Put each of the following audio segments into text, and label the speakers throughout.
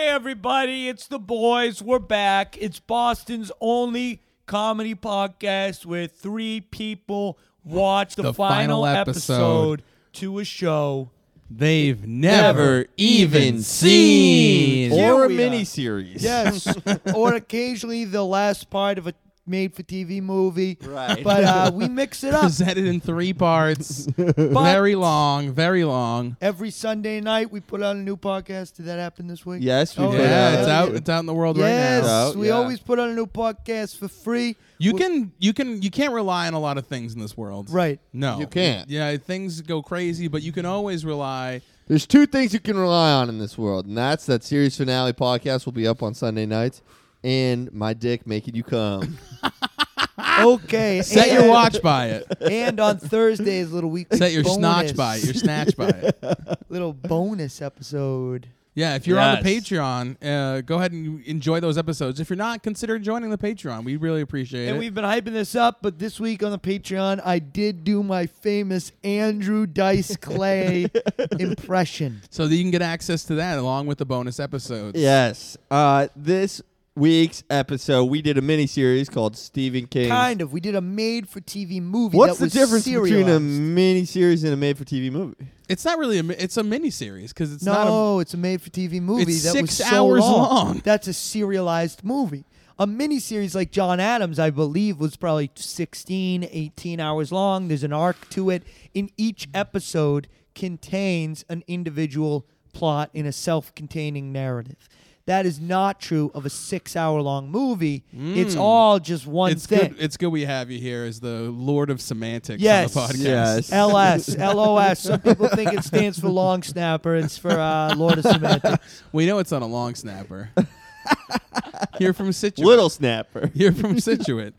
Speaker 1: everybody. It's the boys. We're back. It's Boston's only comedy podcast where three people watch the,
Speaker 2: The
Speaker 1: final,
Speaker 2: final
Speaker 1: episode.
Speaker 2: episode.
Speaker 1: to a show.
Speaker 2: They've
Speaker 3: never even seen
Speaker 1: Here
Speaker 3: or a
Speaker 1: we are.
Speaker 3: miniseries.
Speaker 1: Yes. or occasionally the last part of a made for TV movie.
Speaker 3: Right.
Speaker 1: But uh, we mix it up.
Speaker 2: presented in three parts. very long, very long.
Speaker 1: Every Sunday night, we put out a new podcast. Did that happen this week?
Speaker 3: Yes, we
Speaker 1: Oh,
Speaker 3: put
Speaker 2: yeah,
Speaker 3: out-
Speaker 2: it's out. It's out in the world
Speaker 1: Yes,
Speaker 2: right now.
Speaker 3: Out,
Speaker 1: we
Speaker 3: yeah.
Speaker 1: always put out a new podcast for free.
Speaker 2: You
Speaker 1: We-
Speaker 2: can, you can, you can't rely on a lot of things in this world.
Speaker 1: right.
Speaker 2: No,
Speaker 3: You can't.
Speaker 2: Yeah, things go crazy, but you can always rely.
Speaker 3: There's two things you can rely on in this world, and that's that series finale podcast will be up on Sunday nights, and my dick making you come.
Speaker 1: Ah! Okay.
Speaker 2: Set
Speaker 1: and,
Speaker 2: your watch by it.
Speaker 1: And on Thursdays, little weekly
Speaker 2: Set your
Speaker 1: bonus,
Speaker 2: snatch by it. Your snatch by it.
Speaker 1: little bonus episode.
Speaker 2: Yeah, if you're on the
Speaker 1: Yes.
Speaker 2: Patreon, uh, go ahead and enjoy those episodes. If you're not, consider joining the Patreon. We really appreciate
Speaker 1: And
Speaker 2: it.
Speaker 1: we've been hyping this up, but this week on the Patreon, I did do my famous Andrew Dice Clay impression.
Speaker 2: so that you can get access to that along with the bonus episodes.
Speaker 3: yes. Uh, this week's episode, we did a mini series called Stephen King.
Speaker 1: Kind of. We did a made-for-TV movie.
Speaker 3: What's
Speaker 1: that
Speaker 3: the
Speaker 1: was
Speaker 3: difference between a
Speaker 1: serialized.
Speaker 3: mini series and a made for TV movie?
Speaker 2: It's not really a. mi- It's a miniseries because it's not. A,
Speaker 1: no, it's a made-for-TV movie
Speaker 2: It's
Speaker 1: that was
Speaker 2: six
Speaker 1: so
Speaker 2: hours
Speaker 1: long.
Speaker 2: long.
Speaker 1: That's a serialized movie. A miniseries like John Adams, I believe, was probably 16, 18 hours long. There's an arc to it. In each episode contains an individual plot in a self-containing narrative. That is not true of a six-hour-long movie. It's all just one
Speaker 2: Hmm. it's
Speaker 1: thing.
Speaker 2: good. It's good we have you here as the Lord of Semantics
Speaker 1: Yes.
Speaker 2: on the podcast.
Speaker 3: Yes.
Speaker 1: LS, LOS. Some people think it stands for long snapper. It's for uh, Lord of Semantics.
Speaker 2: We know it's on a long snapper. Here from Situate.
Speaker 3: Little Snapper.
Speaker 2: Here from Situate.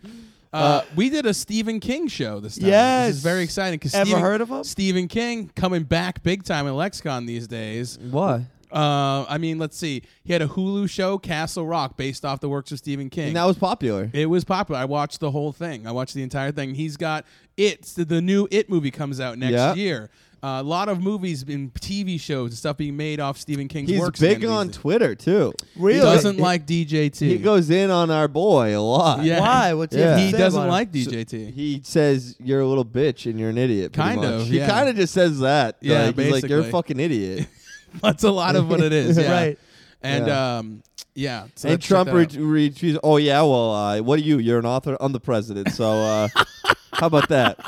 Speaker 2: Uh, we did a Stephen King show this time.
Speaker 1: Yes.
Speaker 2: This is very exciting. 'cause
Speaker 1: Ever
Speaker 2: Stephen-
Speaker 1: heard of him?
Speaker 2: Stephen King coming back big time in Lexicon these days.
Speaker 3: Why?
Speaker 2: Uh, I mean, let's see. He had a Hulu show, Castle Rock, based off the works of Stephen King.
Speaker 3: And that was popular.
Speaker 2: It was popular. I watched the whole thing. I watched the entire thing. He's got it. So The new It movie comes out next
Speaker 3: Yeah.
Speaker 2: year. Uh, a lot of movies and TV shows and stuff being made off Stephen King's
Speaker 3: He's
Speaker 2: works.
Speaker 3: big
Speaker 2: again
Speaker 3: on
Speaker 2: these days.
Speaker 3: Twitter too.
Speaker 1: Really?
Speaker 2: He doesn't like DJT.
Speaker 3: He goes in on our boy a lot.
Speaker 2: Yeah.
Speaker 1: Why? What's
Speaker 3: Yeah.
Speaker 1: have to
Speaker 2: He
Speaker 1: say
Speaker 2: doesn't
Speaker 1: about him?
Speaker 2: like DJT.
Speaker 3: He says you're a little bitch and you're an idiot. pretty
Speaker 2: Kind of,
Speaker 3: much.
Speaker 2: yeah.
Speaker 3: He kind of just says that.
Speaker 2: Yeah,
Speaker 3: like, he's like you're a
Speaker 2: basically.
Speaker 3: fucking idiot.
Speaker 2: That's a lot of what it is. Yeah.
Speaker 1: Right.
Speaker 2: And
Speaker 3: Yeah.
Speaker 2: yeah. um, yeah. So
Speaker 3: and
Speaker 2: check
Speaker 3: Trump
Speaker 2: that out.
Speaker 3: re- retweets. Oh yeah, well, uh, what are you? You're an author. I'm the president. So uh, how about that?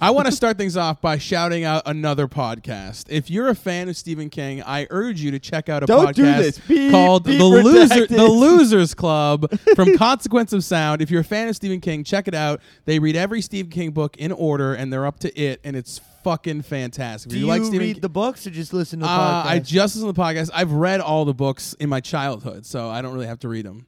Speaker 2: I want to start things off by shouting out another podcast. If you're a fan of Stephen King, I urge you to check out a
Speaker 3: Don't
Speaker 2: podcast
Speaker 3: do this. Beep,
Speaker 2: called
Speaker 3: beep,
Speaker 2: the Loser
Speaker 3: redacted.
Speaker 2: the Losers Club from Consequence of Sound. If you're a fan of Stephen King, check it out. They read every Stephen King book in order, and they're up to it, and it's fucking fantastic.
Speaker 1: Do
Speaker 2: if
Speaker 1: you,
Speaker 2: you, like Stephen
Speaker 1: read
Speaker 2: King,
Speaker 1: the books or just listen to the
Speaker 2: uh,
Speaker 1: podcast?
Speaker 2: I just listened to the podcast. I've read all the books in my childhood, so I don't really have to read them.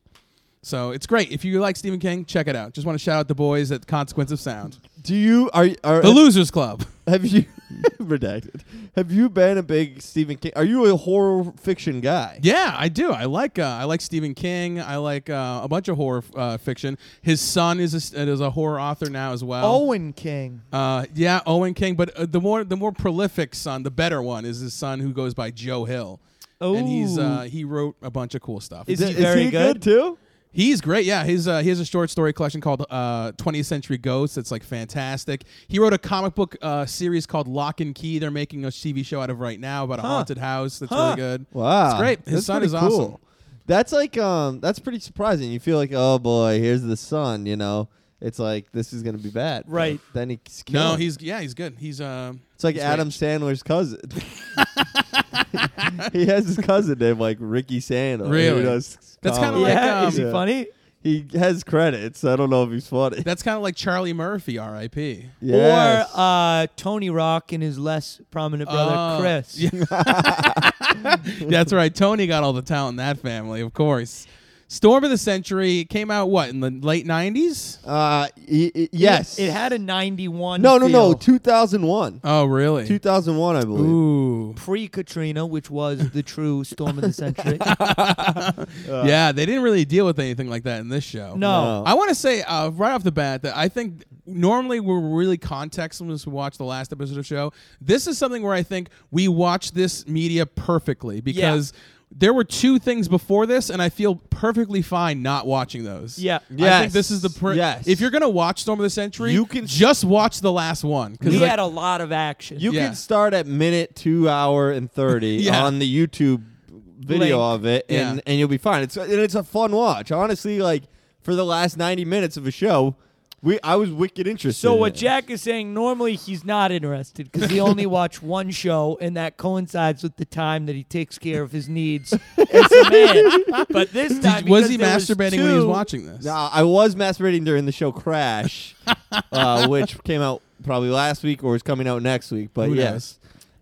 Speaker 2: So it's great. If you like Stephen King, check it out. Just want to shout out the boys at Consequence of Sound,
Speaker 3: Do you are are
Speaker 2: the Losers Club.
Speaker 3: have you redacted? Have you been a big Stephen King? Are you a horror fiction guy?
Speaker 2: Yeah, I do. I like uh, I like Stephen King. I like uh, a bunch of horror uh, fiction. His son is a, uh, is a horror author now as well.
Speaker 1: Owen King.
Speaker 2: Uh, yeah, Owen King. But uh, the more the more prolific son, the better one is his son who goes by Joe Hill. and he's uh, he wrote a bunch of cool stuff.
Speaker 1: Oh. Is he
Speaker 3: Is
Speaker 1: very
Speaker 3: he
Speaker 1: good?
Speaker 3: good too?
Speaker 2: He's great. Yeah, his uh, he has a short story collection called uh, 20th Century Ghosts. That's like fantastic. He wrote a comic book uh, series called Lock and Key. They're making a TV show out of right now about a haunted house. That's
Speaker 1: Huh.
Speaker 2: really good.
Speaker 3: Wow,
Speaker 2: It's great. His
Speaker 3: That's
Speaker 2: son
Speaker 3: pretty
Speaker 2: is
Speaker 3: cool.
Speaker 2: awesome.
Speaker 3: That's like um, that's pretty surprising. You feel like, oh boy, here's the son. You know, it's like this is gonna be bad. But
Speaker 1: Right.
Speaker 3: then he's
Speaker 2: No,
Speaker 3: killing it.
Speaker 2: he's yeah, he's good. He's uh,
Speaker 3: It's like
Speaker 2: he's great.
Speaker 3: Adam Sandler's cousin. he has his cousin named like Ricky Sandler. who
Speaker 2: Really?
Speaker 3: does
Speaker 2: That's kinda
Speaker 3: comedy.
Speaker 2: like,
Speaker 1: yeah,
Speaker 2: um,
Speaker 1: is he
Speaker 3: Yeah.
Speaker 1: funny?
Speaker 3: he has credits. I don't know if he's funny.
Speaker 2: That's kind of like Charlie Murphy, R.I.P.
Speaker 3: Yes.
Speaker 1: Or uh, Tony Rock and his less prominent brother
Speaker 2: Oh,
Speaker 1: Chris.
Speaker 2: yeah. That's right. Tony got all the talent in that family, of course. Storm of the Century came out what in the late '90s?
Speaker 3: uh, y- y- yes.
Speaker 1: It, it had a 91
Speaker 3: no, no, no.
Speaker 1: feel.
Speaker 3: 2001.
Speaker 2: Oh, really?
Speaker 3: 2001, I believe.
Speaker 2: Ooh,
Speaker 1: Pre-Katrina, which was the true storm of the century.
Speaker 3: Uh.
Speaker 2: yeah. They didn't really deal with anything like that in this show.
Speaker 1: No.
Speaker 3: No.
Speaker 2: I want to say uh, right off the bat that I think normally we're really contextless. We watch the last episode of the show. This is something where I think we watch this media perfectly because There were two things before this, and I feel perfectly fine not watching those.
Speaker 1: Yeah.
Speaker 2: I think
Speaker 3: Yes.
Speaker 2: this is the pr-
Speaker 3: Yes.
Speaker 2: If you're gonna watch Storm of the Century,
Speaker 3: You can-
Speaker 2: just watch the last one because
Speaker 1: He
Speaker 2: like,
Speaker 1: had a lot of action.
Speaker 3: You
Speaker 2: Yeah.
Speaker 3: can start at minute two hour and thirty
Speaker 2: Yeah.
Speaker 3: on the YouTube video
Speaker 1: Link.
Speaker 3: of it, and
Speaker 2: Yeah.
Speaker 3: and you'll be fine. It's and it's a fun watch. Honestly, like for the last ninety minutes of a show, we I was wicked interested.
Speaker 1: so
Speaker 3: in
Speaker 1: what
Speaker 3: it.
Speaker 1: Jack is saying, normally he's not interested because he only watched one show, and that coincides with the time that he takes care of his needs as a man. But this time,
Speaker 2: did- was
Speaker 1: because
Speaker 2: he
Speaker 1: there
Speaker 2: masturbating when he was
Speaker 1: two-
Speaker 2: watching this?
Speaker 3: Now, I was masturbating during the show Crash, uh, which came out probably last week or is coming out next week. But
Speaker 2: Who
Speaker 3: yes,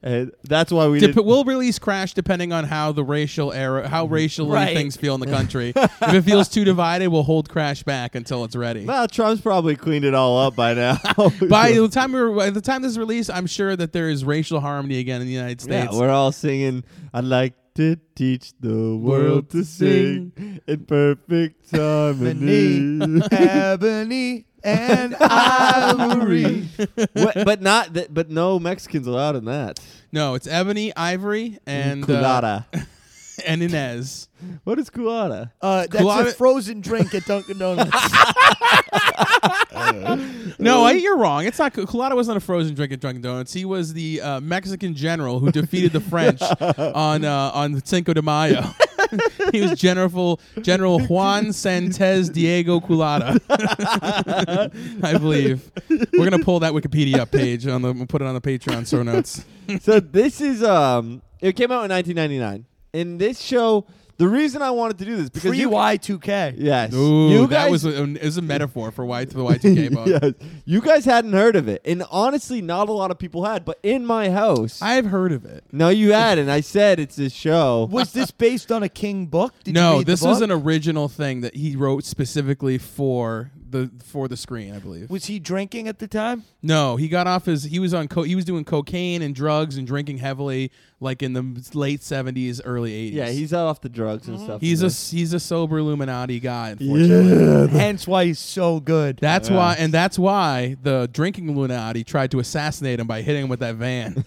Speaker 3: Uh, that's why we
Speaker 2: Dep-
Speaker 3: did.
Speaker 2: we'll release Crash depending on how the racial era, how
Speaker 3: Mm-hmm.
Speaker 2: racially
Speaker 1: Right.
Speaker 2: things feel in the country. if it feels too divided, we'll hold Crash back until it's ready.
Speaker 3: Well, Trump's probably cleaned it all up by now.
Speaker 2: By the time we were, by the time this is released, I'm sure that there is racial harmony again in the United
Speaker 3: Yeah,
Speaker 2: States.
Speaker 3: we're all singing. I'd like to teach the world to sing in perfect harmony.
Speaker 1: Ebony and Ivory.
Speaker 3: What- but not, th- but no Mexicans allowed in that.
Speaker 2: no, it's Ebony, Ivory, and uh,
Speaker 3: culada.
Speaker 2: and Inez.
Speaker 3: what is culada?
Speaker 1: Uh, that's
Speaker 2: Kulana-
Speaker 1: a frozen drink at Dunkin' Donuts.
Speaker 2: No, I, you're wrong. It's not Colada wasn't a frozen drink at Dunkin' Donuts. He was the uh, Mexican general who defeated the French on uh, on Cinco de Mayo. he was General General Juan Santes Diego Culata, I believe. We're gonna pull that Wikipedia page on the we'll put it on the Patreon show notes.
Speaker 3: so this is um, it came out in 1999, and this show. The reason I wanted to do this because
Speaker 1: Pre
Speaker 3: you,
Speaker 1: Y2K.
Speaker 3: yes,
Speaker 2: Ooh,
Speaker 3: you
Speaker 2: that was
Speaker 3: guys
Speaker 2: a, it was a metaphor for Y the Y two K bug.
Speaker 3: yes, you guys hadn't heard of it, and honestly, not a lot of people had. But in my house,
Speaker 2: I've heard of it.
Speaker 3: no, you had, and I said it's this show.
Speaker 1: Was this based on a King book? Did you
Speaker 2: no,
Speaker 1: read the
Speaker 2: this was
Speaker 1: book?
Speaker 2: an original thing that he wrote specifically for the for the screen, I believe.
Speaker 1: Was he drinking at the time?
Speaker 2: No, he got off his. He was on. Co- he was doing cocaine and drugs and drinking heavily, like in the m- late seventies, early eighties.
Speaker 3: Yeah, he's off the drugs and stuff.
Speaker 2: he's a
Speaker 3: in
Speaker 2: s- he's a sober Illuminati guy.
Speaker 3: this.
Speaker 2: Unfortunately,
Speaker 1: Hence why he's so good.
Speaker 2: that's why, and that's why the drinking Illuminati tried to assassinate him by hitting him with that van.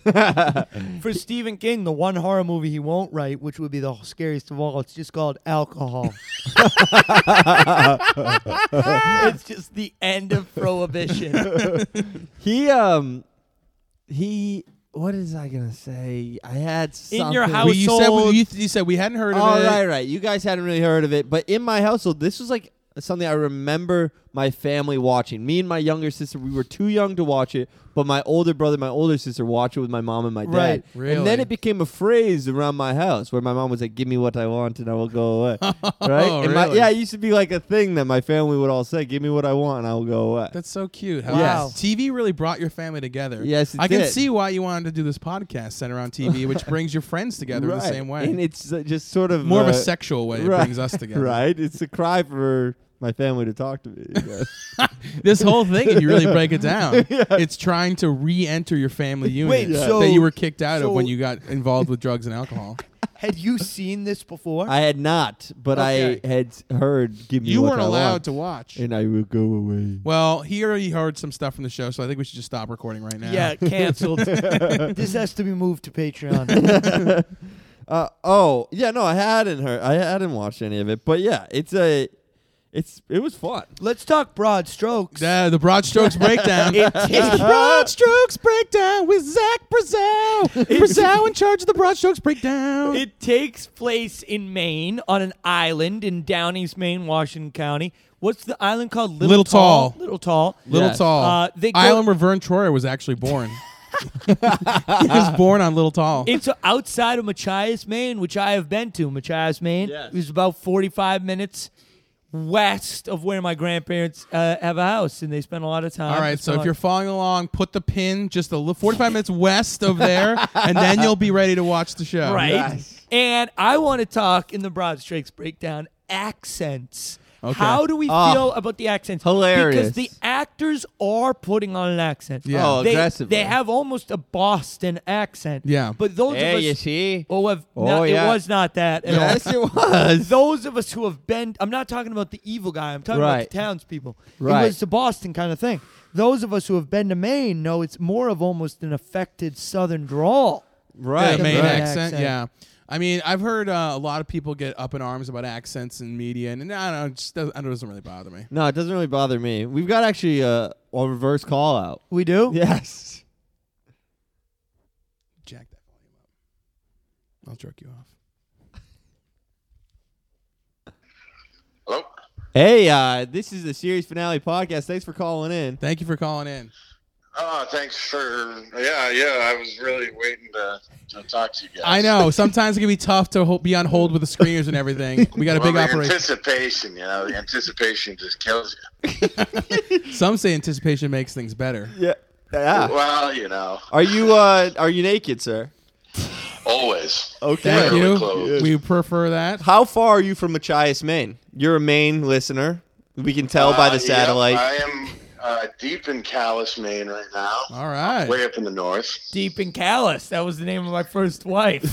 Speaker 1: For Stephen King, the one horror movie he won't write, which would be the scariest of all, it's just called Alcohol. it's just the end of Prohibition.
Speaker 3: He um he what is I gonna say? I had something.
Speaker 1: In your house-
Speaker 2: We-
Speaker 1: was
Speaker 2: you said
Speaker 1: sold-
Speaker 2: we, you, you said we hadn't heard of
Speaker 3: Oh
Speaker 2: it.
Speaker 3: right, right. You guys hadn't really heard of it, but in my household, this was like something I remember my family watching. Me and my younger sister, we were too young to watch it, but my older brother, my older sister watch it with my mom and my dad.
Speaker 1: Right.
Speaker 2: Really?
Speaker 3: And then it became a phrase around my house where my mom was like, Give me what I want and I will go away. right? And my,
Speaker 2: Oh, really?
Speaker 3: yeah, it used to be like a thing that my family would all say, Give me what I want and I will go away.
Speaker 2: That's so cute. How
Speaker 1: Wow.
Speaker 2: TV really brought your family together.
Speaker 3: Yes, it
Speaker 2: I can
Speaker 3: did.
Speaker 2: see why you wanted to do this podcast centered around TV, which brings your friends together in the
Speaker 3: Right.
Speaker 2: same way.
Speaker 3: And it's uh, just sort of
Speaker 2: More of
Speaker 3: uh,
Speaker 2: a sexual way it
Speaker 3: right,
Speaker 2: brings us together.
Speaker 3: Right? It's a cry for my family to talk to me. I guess.
Speaker 2: this whole thing, if you really break it down, it's trying to re-enter your family unit
Speaker 1: Wait, so-
Speaker 2: that you were kicked out of
Speaker 1: so-
Speaker 2: when you got involved with drugs and alcohol.
Speaker 1: Had you seen this before?
Speaker 3: I had not, but
Speaker 1: Okay.
Speaker 3: I had heard. Give me.
Speaker 2: You
Speaker 3: what
Speaker 2: weren't
Speaker 3: I
Speaker 2: allowed
Speaker 3: want,
Speaker 2: to watch.
Speaker 3: And I will go away.
Speaker 2: Well, he already heard some stuff from the show, so I think we should just stop recording right now.
Speaker 1: yeah, canceled. this has to be moved to Patreon.
Speaker 3: Uh, oh yeah, no, I hadn't heard. I hadn't watched any of it, but yeah, it's a, it's it was fun.
Speaker 1: Let's talk broad strokes.
Speaker 2: The, the broad strokes breakdown. it's the broad strokes breakdown with Zach Brazow. Brazow in charge of the broad strokes breakdown.
Speaker 1: It takes place in Maine on an island in Downey's, Maine, Washington County. What's the island called?
Speaker 2: Little Tall.
Speaker 1: Little Tall.
Speaker 2: Little
Speaker 3: Yes.
Speaker 2: Tall.
Speaker 1: Uh, they go-
Speaker 2: Island where Vern Troyer was actually born. he was born on Little Tall.
Speaker 1: It's outside of Machias, Maine, which I have been to. Machias, Maine
Speaker 3: Yes.
Speaker 1: is about 45 minutes west of where my grandparents uh, have a house, and they spend a lot of time.
Speaker 2: All right,
Speaker 1: It's
Speaker 2: so if
Speaker 1: not-
Speaker 2: you're following along, put the pin just a little 45 minutes west of there, and then you'll be ready to watch the show.
Speaker 1: right,
Speaker 3: Yes.
Speaker 1: and I want to talk in the broad strokes breakdown accents.
Speaker 2: Okay.
Speaker 1: How do we
Speaker 3: Oh.
Speaker 1: feel about the accents?
Speaker 3: Hilarious.
Speaker 1: Because the actors are putting on an accent.
Speaker 2: Yeah. Oh,
Speaker 1: they,
Speaker 3: aggressively.
Speaker 1: They have almost a Boston accent.
Speaker 2: Yeah.
Speaker 1: But those of us.
Speaker 3: see.
Speaker 1: Oh, have,
Speaker 3: Oh,
Speaker 1: no,
Speaker 3: yeah.
Speaker 1: it was not that. at all.
Speaker 3: Yes, it was.
Speaker 1: those of us who have been I'm not talking about the evil guy, I'm talking
Speaker 3: Right.
Speaker 1: about the townspeople.
Speaker 3: Right.
Speaker 1: It was the Boston kind of thing. Those of us who have been to Maine know it's more of almost an affected southern drawl.
Speaker 3: Right,
Speaker 2: Yeah, Maine
Speaker 1: Right.
Speaker 2: accent,
Speaker 1: Accent.
Speaker 2: yeah. I mean, I've heard uh, a lot of people get up in arms about accents and media, and, and I don't know, it just doesn't, I don't- it doesn't really bother me.
Speaker 3: No, it doesn't really bother me. We've got actually uh, a reverse call out.
Speaker 1: We do?
Speaker 3: Yes.
Speaker 2: Jack that volume up. I'll jerk you off.
Speaker 4: Hello.
Speaker 3: Hey, uh, this is the series finale podcast. Thanks for calling in.
Speaker 2: Thank you for calling in.
Speaker 4: Oh, thanks for yeah, yeah. I was really waiting to, to talk to you guys.
Speaker 2: I know sometimes it can be tough to ho- be on hold with the screeners and everything. We got a
Speaker 4: Well,
Speaker 2: big
Speaker 4: the
Speaker 2: operation.
Speaker 4: anticipation, you know, the anticipation just kills you.
Speaker 2: Some say anticipation makes things better.
Speaker 3: Yeah. Yeah.
Speaker 4: Well, you know,
Speaker 3: Are you uh, are you naked, sir?
Speaker 4: always.
Speaker 3: Okay.
Speaker 2: Thank
Speaker 4: Fairly
Speaker 2: you.
Speaker 4: close.
Speaker 2: We prefer that.
Speaker 3: How far are you from Machias, Maine? You're a Maine listener. We can tell by the
Speaker 4: Uh, yep,
Speaker 3: satellite.
Speaker 4: I am uh, deep in Calais, Maine, right now.
Speaker 2: All right.
Speaker 4: Way up in the north.
Speaker 1: Deep in Callus. That was the name of my first wife.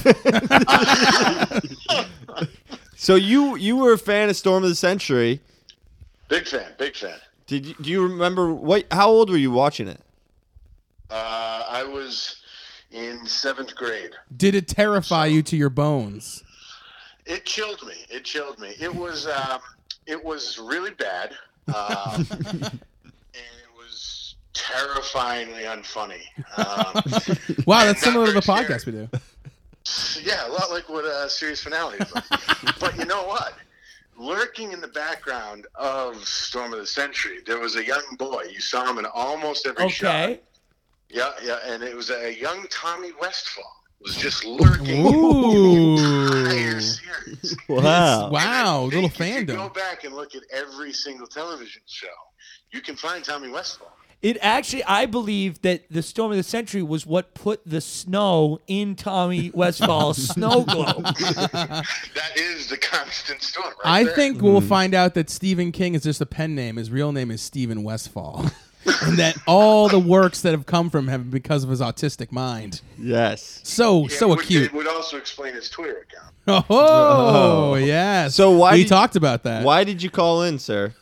Speaker 3: So you you were a fan of Storm of the Century.
Speaker 4: Big fan. Big fan.
Speaker 3: Did you, do you remember what? How old were you watching it?
Speaker 4: Uh, I was in seventh grade.
Speaker 2: Did it terrify you to your bones?
Speaker 4: It chilled me. It chilled me. It was um, it was really bad, um, and it was terrifyingly unfunny. Um,
Speaker 2: Wow, that's
Speaker 4: Not
Speaker 2: similar to the
Speaker 4: very
Speaker 2: podcast we
Speaker 4: scary.
Speaker 2: do.
Speaker 4: yeah, a lot like what a series finale is like. but you know what? Lurking in the background of Storm of the Century, there was a young boy. You saw him in almost every shot.
Speaker 1: okay.
Speaker 4: Yeah, yeah, and it was a young Tommy Westfall was just lurking the entire
Speaker 2: Ooh.
Speaker 4: series.
Speaker 3: Wow.
Speaker 2: Wow,
Speaker 4: I
Speaker 2: little
Speaker 4: think If you go
Speaker 2: fandom.
Speaker 4: back and look at every single television show, you can find Tommy Westfall.
Speaker 1: It actually, I believe that the storm of the century was what put the snow in Tommy Westfall's snow globe.
Speaker 4: That is the constant storm. Right
Speaker 2: I
Speaker 4: there.
Speaker 2: think
Speaker 3: Mm.
Speaker 2: we'll find out that Stephen King is just a pen name. His real name is Stephen Westfall. and that all the works that have come from him because of his autistic mind.
Speaker 3: Yes.
Speaker 2: So,
Speaker 4: Yeah,
Speaker 2: so
Speaker 4: which
Speaker 2: acute.
Speaker 4: It would also explain his Twitter account.
Speaker 2: Oh, yes.
Speaker 3: Oh. So why
Speaker 2: We
Speaker 3: did-
Speaker 2: talked about that.
Speaker 3: Why did you call in, sir?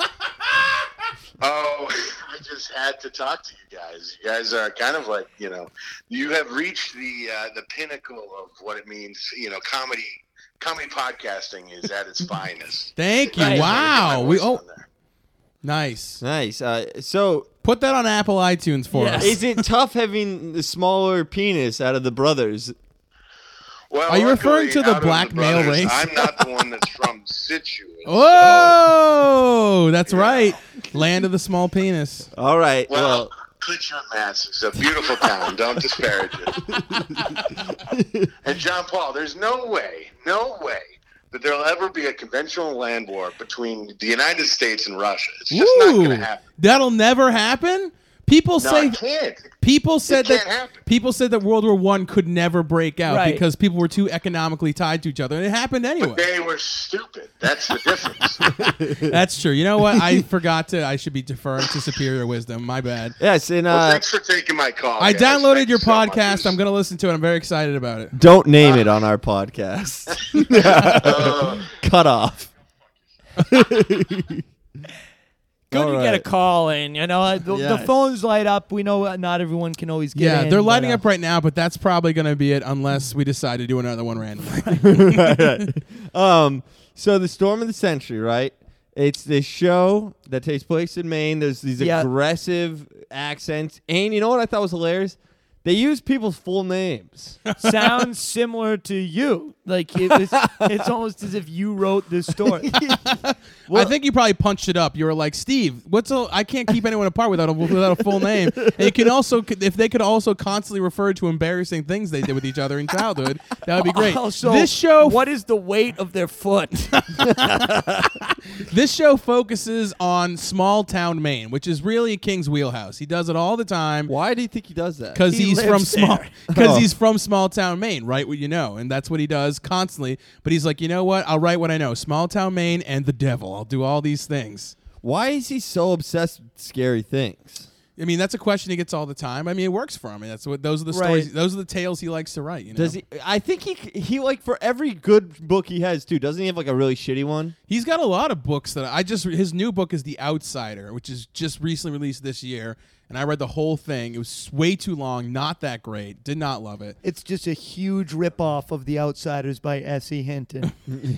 Speaker 4: Oh, I just had to talk to you guys. You guys are kind of like you know, you have reached the uh, the pinnacle of what it means. You know, comedy comedy podcasting is at its finest.
Speaker 2: Thank you.
Speaker 1: Right.
Speaker 2: Wow. We oh
Speaker 4: On there.
Speaker 2: nice.
Speaker 3: Nice. Uh, so
Speaker 2: Put that on Apple iTunes for
Speaker 1: Yeah.
Speaker 2: us.
Speaker 3: is it tough having the smaller penis out of the brothers?
Speaker 4: Well,
Speaker 2: Are you referring
Speaker 4: luckily,
Speaker 2: to the
Speaker 4: out of
Speaker 2: black male
Speaker 4: brothers,
Speaker 2: race?
Speaker 4: I'm not the one that's from Situ.
Speaker 2: Oh, that's right. Land of the small penis.
Speaker 3: All right. Well,
Speaker 4: Well, Klitschon, Mass is a beautiful town. Don't disparage it. and John Paul, there's no way, no way that there'll ever be a conventional land war between the United States and Russia. It's just not
Speaker 2: Ooh,
Speaker 4: going to happen.
Speaker 2: that'll never happen. People
Speaker 4: No,
Speaker 2: say
Speaker 4: it can't.
Speaker 2: people said
Speaker 4: can't
Speaker 2: that
Speaker 4: happen.
Speaker 2: people said that World War One could never break out
Speaker 1: Right.
Speaker 2: because people were too economically tied to each other, and it happened anyway.
Speaker 4: They were stupid. That's the difference.
Speaker 2: That's true. You know what? I forgot to. I should be deferring to superior wisdom. My bad.
Speaker 3: yes. And
Speaker 4: well,
Speaker 3: uh,
Speaker 4: thanks for taking my call.
Speaker 2: I
Speaker 4: guys.
Speaker 2: downloaded
Speaker 4: Oh, Thank
Speaker 2: your
Speaker 4: you so much.
Speaker 2: podcast. I'm gonna listen to it. I'm very excited about it.
Speaker 3: don't name it on our podcast.
Speaker 4: Uh,
Speaker 3: Cut off.
Speaker 1: Good
Speaker 3: All
Speaker 1: you get a
Speaker 3: right.
Speaker 1: call in. You know, the, the
Speaker 3: Yes.
Speaker 1: phones light up. We know uh, not everyone can always get
Speaker 2: Yeah,
Speaker 1: in,
Speaker 2: they're lighting
Speaker 1: but, uh,
Speaker 2: up right now, but that's probably gonna be it unless we decide to do another one randomly.
Speaker 3: Um. So the storm of the century, right? It's this show that takes place in Maine. There's these
Speaker 1: Yeah.
Speaker 3: aggressive accents, and you know what I thought was hilarious? They use people's full names.
Speaker 1: sounds similar to you. Like it was, it's almost as if you wrote this story.
Speaker 2: I think you probably punched it up. You were like, Steve, what's a? I can't keep anyone apart without a without a full name. And you can also if they could also constantly refer to embarrassing things they did with each other in childhood, that would be great.
Speaker 1: Also,
Speaker 2: this show
Speaker 1: what is the weight of their foot?
Speaker 2: this show focuses on small town Maine, which is really King's wheelhouse. He does it all the time.
Speaker 3: Why do you think he does that?
Speaker 2: Because
Speaker 1: He
Speaker 2: he's
Speaker 1: lives
Speaker 2: from small,
Speaker 1: there.
Speaker 2: because
Speaker 3: Oh.
Speaker 2: he's from small town Maine, right? What you know, and that's what he does constantly. But he's like, you know what? I'll write what I know. Small town Maine and the devil. I'll do all these things.
Speaker 3: Why is he so obsessed with scary things?
Speaker 2: I mean, that's a question he gets all the time. I mean, it works for him. That's what those are the
Speaker 1: Right.
Speaker 2: stories. Those are the tales he likes to write. You know,
Speaker 3: Does he? I think he c- he like for every good book he has too. Doesn't he have like a really shitty one?
Speaker 2: He's got a lot of books that I just his new book is The Outsider, which is just recently released this year, and I read the whole thing. It was way too long, not that great. Did not love it.
Speaker 1: It's just a huge ripoff of The Outsiders by S.E. Hinton.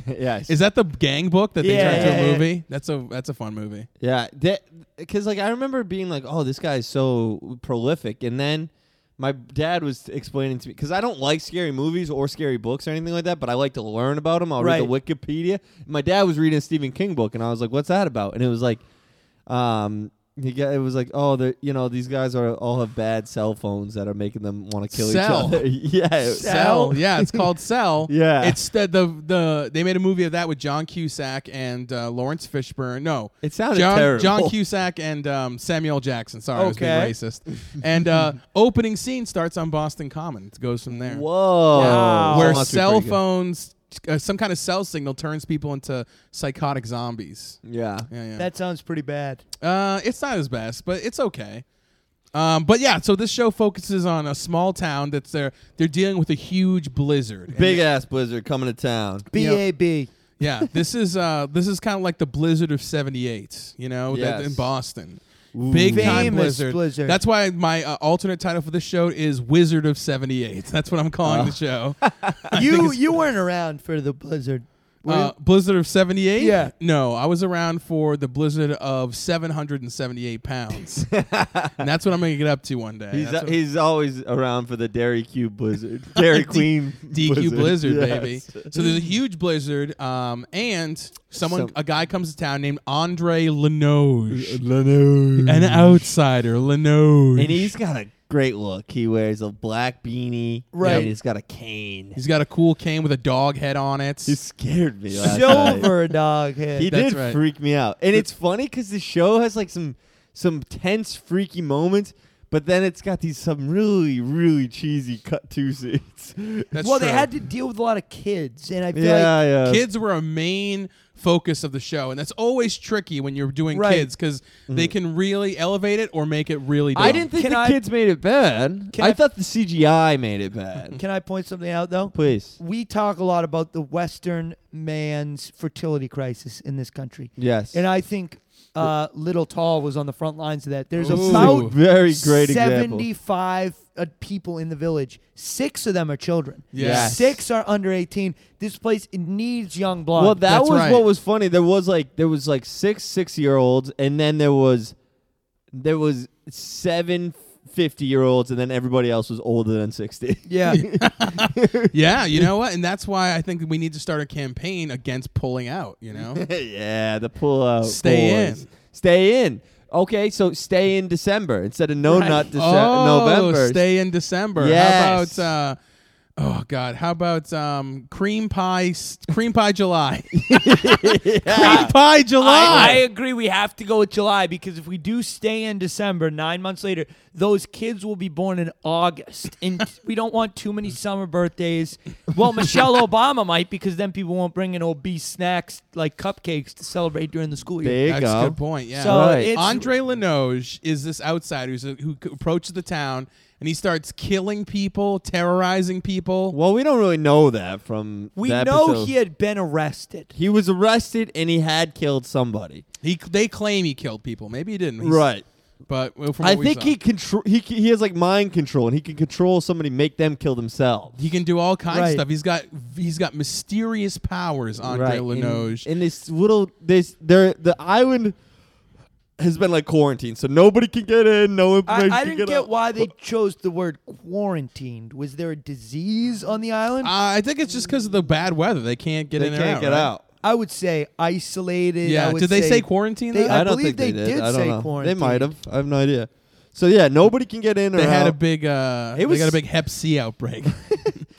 Speaker 3: yes.
Speaker 2: Is that the gang book that they
Speaker 1: Yeah,
Speaker 2: turned into
Speaker 1: yeah,
Speaker 2: a
Speaker 1: yeah.
Speaker 2: movie? That's a that's a fun movie.
Speaker 3: Yeah, that because like I remember being like, "Oh, this guy's so prolific," and then my dad was explaining to me because I don't like scary movies or scary books or anything like that, but I like to learn about them. I'll read the
Speaker 1: Right.
Speaker 3: Wikipedia. My dad was reading a Stephen King book, and I was like, "What's that about?" And it was like, um, he got, it was like, "Oh, the you know these guys are all have bad cell phones that are making them want to kill
Speaker 2: Cell.
Speaker 3: each other." yeah,
Speaker 2: Cell, yeah, it's called Cell.
Speaker 3: Yeah.
Speaker 2: it's the, the the they made a movie of that with John Cusack and uh, Lawrence Fishburne. No,
Speaker 3: It sounded
Speaker 2: John,
Speaker 3: terrible.
Speaker 2: John Cusack and um, Samuel Jackson. Sorry, I
Speaker 1: Okay.
Speaker 2: was being racist. and uh, opening scene starts on Boston Common. It goes from there.
Speaker 3: Whoa,
Speaker 1: Wow.
Speaker 2: where
Speaker 3: That must be
Speaker 2: cell
Speaker 3: Oh, pretty good.
Speaker 2: phones, uh, some kind of cell signal turns people into psychotic zombies.
Speaker 3: Yeah.
Speaker 2: Yeah, yeah.
Speaker 1: that sounds pretty bad.
Speaker 2: Uh, it's not his best, but it's okay. Um, but yeah, so this show focuses on a small town that's there. They're dealing with a huge blizzard. And
Speaker 3: Big ass blizzard coming to town.
Speaker 1: B.A.B.
Speaker 2: yeah, this is uh, this is kind of like the blizzard of '78. You know, that-
Speaker 3: Yes.
Speaker 2: in Boston, big time
Speaker 1: Famous
Speaker 2: blizzard.
Speaker 1: blizzard.
Speaker 2: That's why my uh, alternate title for this show is Wizard of '78. That's what I'm calling the show. Uh,
Speaker 1: You you weren't around for the blizzard. were you?
Speaker 2: Uh, blizzard of 78?
Speaker 1: Yeah.
Speaker 2: No, I was around for the blizzard of 778 pounds. and that's what I'm going to get up to one day.
Speaker 3: He's
Speaker 2: That's what-
Speaker 3: he's always around for the Dairy Cube Blizzard, Dairy Queen
Speaker 2: DQ Blizzard,
Speaker 3: Yes.
Speaker 2: baby. So there's a huge blizzard, um, and someone,
Speaker 3: Some-
Speaker 2: a guy comes to town named Andre Lenoge, an outsider, Lenoge.
Speaker 3: Uh, and he's got a great look. He wears a black beanie,
Speaker 1: Right.
Speaker 3: And he's got a cane.
Speaker 2: he's got a cool cane with a dog head on it.
Speaker 3: He scared me. Last night.
Speaker 1: Silver dog head.
Speaker 3: He
Speaker 2: That's
Speaker 3: did
Speaker 2: right.
Speaker 3: freak me out, and it's funny because the show has like some some tense, freaky moments. But then it's got these some really, really cheesy cut two scenes.
Speaker 2: That's
Speaker 1: well, they
Speaker 2: true.
Speaker 1: had to deal with a lot of kids, and I feel like
Speaker 3: yeah.
Speaker 2: kids were a main focus of the show and that's always tricky when you're doing
Speaker 1: Right.
Speaker 2: kids because they can really elevate it or make it really dumb.
Speaker 3: I didn't think
Speaker 1: Can
Speaker 3: the
Speaker 1: I-
Speaker 3: kids made it bad.
Speaker 1: Can
Speaker 3: I,
Speaker 1: I-
Speaker 3: thought the CGI made it bad.
Speaker 1: Can I point something out though?
Speaker 3: Please.
Speaker 1: We talk a lot about the Western man's fertility crisis in this country,
Speaker 3: Yes.
Speaker 1: and I think uh, Little Tall was on the front lines of that. There's
Speaker 2: Ooh.
Speaker 1: about
Speaker 3: very great example.
Speaker 1: 75 uh, people in the village. Six of them are children.
Speaker 2: Yes.
Speaker 1: Six are under 18. This place it needs young blood.
Speaker 3: Well, that
Speaker 2: That's
Speaker 3: was
Speaker 2: right.
Speaker 3: what was funny. There was like there was like six six year olds, and then there was there was seven 50 year olds, and then everybody else was older than sixty.
Speaker 1: yeah.
Speaker 2: yeah you know what and that's why i think we need to start a campaign against pulling out you know
Speaker 3: yeah, the pull out.
Speaker 2: Stay
Speaker 3: boys.
Speaker 2: in.
Speaker 3: Stay in. Okay, so stay in December instead of no nut Dece-
Speaker 2: oh,
Speaker 3: uh, November.
Speaker 2: stay in december
Speaker 3: Yes.
Speaker 2: how about uh Oh God! How about um, cream pie? s- Cream pie July. Cream pie
Speaker 1: I, I
Speaker 2: July.
Speaker 1: agree. We have to go with July because if we do stay in December, nine months later, those kids will be born in August, and we don't want too many summer birthdays. Well, Michelle Obama might because then people won't bring in obese snacks like cupcakes to celebrate during the school year.
Speaker 3: There you
Speaker 2: That's
Speaker 3: go.
Speaker 2: a good point. Yeah.
Speaker 1: So
Speaker 3: Right.
Speaker 1: it's
Speaker 2: Andre Lenoge is this outsider who's who c- approaches the town and he starts killing people, terrorizing people.
Speaker 3: Well, we don't really know that from
Speaker 1: we
Speaker 3: the
Speaker 1: know
Speaker 3: episode.
Speaker 1: he had been arrested.
Speaker 3: he was arrested and he had killed somebody.
Speaker 2: He they claim he killed people. Maybe he didn't. He's-
Speaker 3: Right.
Speaker 2: But well, from
Speaker 3: I
Speaker 2: what we
Speaker 3: think
Speaker 2: saw,
Speaker 3: he control. He c- he has like mind control, and he can control somebody, make them kill themselves.
Speaker 2: he can do all kinds
Speaker 1: Right.
Speaker 2: of stuff. He's got he's got mysterious powers. Andre Lenoge.
Speaker 3: And, and this little this there the island has been like quarantined, so nobody can get in. No
Speaker 1: I,
Speaker 3: information.
Speaker 1: I
Speaker 3: can
Speaker 1: didn't get
Speaker 3: out.
Speaker 1: why they chose the word quarantined. Was there a disease on the island?
Speaker 2: Uh, I think it's just because of the bad weather. They can't get
Speaker 3: They
Speaker 2: in. or
Speaker 3: can't
Speaker 2: out,
Speaker 3: get
Speaker 2: right?
Speaker 3: out.
Speaker 1: I would say isolated. I
Speaker 2: Yeah.
Speaker 1: would
Speaker 2: Did they say quarantine?
Speaker 1: they-
Speaker 2: though?
Speaker 1: I
Speaker 3: I, don't
Speaker 1: believe
Speaker 3: think they,
Speaker 1: they
Speaker 3: did.
Speaker 1: did
Speaker 3: I don't
Speaker 1: say
Speaker 3: know.
Speaker 1: quarantined.
Speaker 3: They might have. I have no idea. So yeah, nobody can get in or
Speaker 2: they had a
Speaker 3: out.
Speaker 2: big. Uh,
Speaker 3: It
Speaker 2: they
Speaker 3: was-
Speaker 2: got a big Hep C outbreak.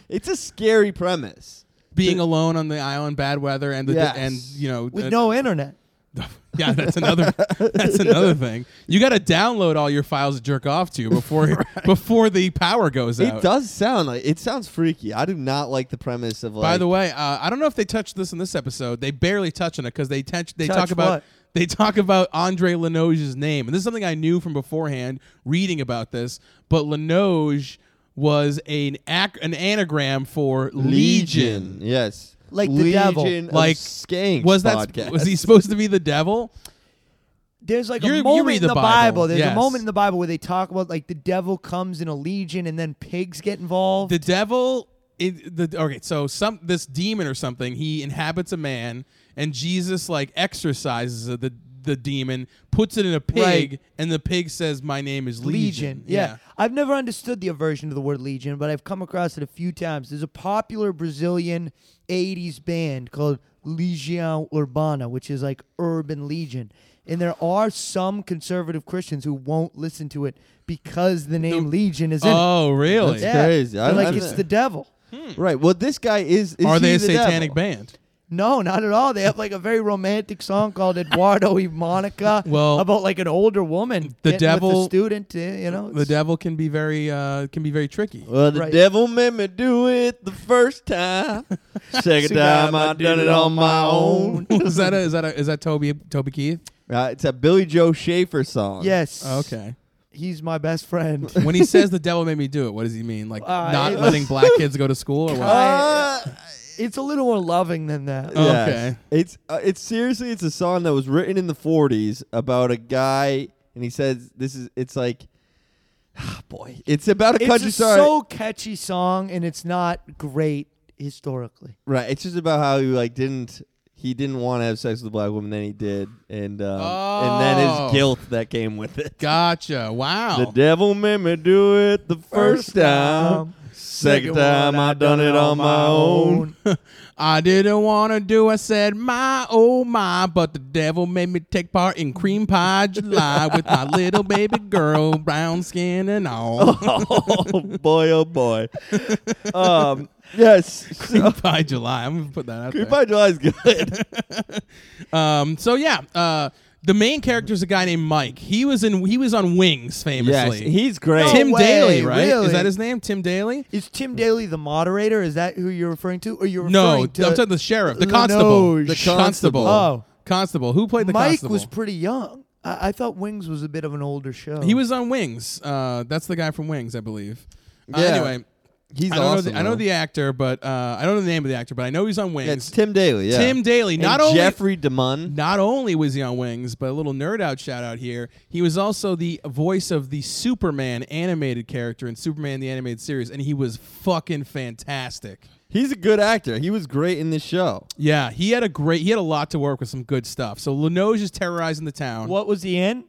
Speaker 3: it's a scary premise.
Speaker 2: Being alone on the island, bad weather, and the
Speaker 3: Yes.
Speaker 2: and you know
Speaker 1: with
Speaker 2: uh,
Speaker 1: no internet.
Speaker 2: yeah, that's another. that's another thing. You got to download all your files to jerk off to before before the power goes out.
Speaker 3: It does sound like it sounds freaky. I do not like the premise of like.
Speaker 2: By the way, uh, I don't know if they touched this in this episode. They barely touch on it because they touch. They
Speaker 1: Touch
Speaker 2: talk about.
Speaker 1: what?
Speaker 2: They talk about Andre Lenoge's name, and this is something I knew from beforehand reading about this. But Lenoge was an ac- an anagram for legion.
Speaker 3: yes,
Speaker 1: Like the devil.
Speaker 3: Legion of
Speaker 2: Like,
Speaker 3: skanks.
Speaker 2: Was that
Speaker 3: podcast.
Speaker 2: was he supposed to be the devil?
Speaker 1: There's like
Speaker 2: You're-
Speaker 1: a
Speaker 2: you
Speaker 1: moment
Speaker 2: read
Speaker 1: in
Speaker 2: the
Speaker 1: the Bible.
Speaker 2: Bible,
Speaker 1: There's
Speaker 2: yes.
Speaker 1: a moment in the Bible where they talk about like the devil comes in a legion and then pigs get involved.
Speaker 2: The devil. It, the, okay, so some this demon or something. He inhabits a man, and Jesus like exorcises the the demon, puts it in a pig,
Speaker 1: Right.
Speaker 2: and the pig says, "My name is Legion."
Speaker 1: Legion. Yeah. I've never understood the aversion to the word Legion, but I've come across it a few times. There's a popular Brazilian 80s band called Legião Urbana, which is like Urban Legion. And there are some conservative Christians who won't listen to it because the name Legion is in it.
Speaker 2: Oh, really?
Speaker 3: That's crazy. I
Speaker 1: They're like
Speaker 3: don't
Speaker 1: it's
Speaker 3: know.
Speaker 1: the devil.
Speaker 3: right? Well, this guy is. is
Speaker 2: Are
Speaker 3: he
Speaker 2: they a
Speaker 3: the
Speaker 2: satanic
Speaker 3: devil?
Speaker 2: band?
Speaker 1: No, not at all. They have like a very romantic song called Eduardo y Monica
Speaker 2: Well,
Speaker 1: about like an older woman getting
Speaker 2: the
Speaker 1: with
Speaker 2: devil-
Speaker 1: a student, uh, you know.
Speaker 2: The
Speaker 1: it's-
Speaker 2: devil can be very uh, can be very tricky.
Speaker 3: Well, the
Speaker 1: Right.
Speaker 3: devil made me do it the first time. Second time I done it on my own.
Speaker 2: is that a, is that a, is that Toby Toby Keith?
Speaker 3: Uh, it's a Billy Joe Schaefer song.
Speaker 1: Yes.
Speaker 2: Oh, Okay.
Speaker 1: He's my best friend.
Speaker 2: When he says the devil made me do it, what does he mean? Like
Speaker 1: Uh,
Speaker 2: not
Speaker 1: it-
Speaker 2: letting black kids go to school or what?
Speaker 3: Uh,
Speaker 1: It's a little more loving than that.
Speaker 2: Uh,
Speaker 3: yes.
Speaker 2: Okay.
Speaker 3: It's uh, it's seriously it's a song that was written in the 40s about a guy and he says this is it's like ah, boy it's about a
Speaker 1: it's
Speaker 3: country
Speaker 1: a
Speaker 3: star
Speaker 1: so catchy song, and it's not great historically.
Speaker 3: right it's just about how he like didn't he didn't want to have sex with a black woman then he did and um, and then
Speaker 2: Oh.
Speaker 3: his guilt that came with it
Speaker 2: Gotcha. Wow.
Speaker 3: The devil made me do it the first time. Second time I done it on my own.
Speaker 2: I didn't want to do, I said, my oh my, but the devil made me take part in cream pie July with my little baby girl, brown skin and all.
Speaker 3: Oh boy, oh boy. Um, yes. So,
Speaker 2: cream pie July. I'm going to put that out
Speaker 3: Creep
Speaker 2: there.
Speaker 3: by July is good.
Speaker 2: Um, so, yeah, uh, the main character is a guy named Mike. He was in. He was on Wings famously.
Speaker 3: he's great.
Speaker 1: No
Speaker 2: Tim
Speaker 1: way,
Speaker 2: Daly, right?
Speaker 1: really?
Speaker 2: Is that his name? Tim Daly?
Speaker 1: Is Tim Daly the moderator? Is that who you're referring to? Or you're
Speaker 2: No,
Speaker 1: referring
Speaker 2: I'm
Speaker 1: to?
Speaker 2: talking the sheriff, the
Speaker 1: Lenoge.
Speaker 2: constable,
Speaker 1: The
Speaker 2: constable.
Speaker 1: constable. Oh.
Speaker 2: Constable. Who played the
Speaker 1: Mike
Speaker 2: constable?
Speaker 1: was pretty young. I-, I thought Wings was a bit of an older show.
Speaker 2: He was on Wings. Uh, that's the guy from Wings, I believe. Uh,
Speaker 3: Yeah.
Speaker 2: anyway,
Speaker 3: he's
Speaker 2: I don't
Speaker 3: awesome.
Speaker 2: know. The, I know
Speaker 3: though.
Speaker 2: the actor, but uh, I don't know the name of the actor, but I know he's on Wings.
Speaker 3: Yeah, it's Tim Daly. Yeah.
Speaker 2: Tim Daly.
Speaker 3: And
Speaker 2: Not only
Speaker 3: Jeffrey DeMunn.
Speaker 2: not only was he on Wings, but a little nerd out shout out here. He was also the voice of the Superman animated character in Superman the animated series, and he was fucking fantastic.
Speaker 3: He's a good actor. He was great in this show.
Speaker 2: Yeah, he had a great. He had a lot to work with. Some good stuff. So Lenoge is terrorizing the town.
Speaker 1: What was he in?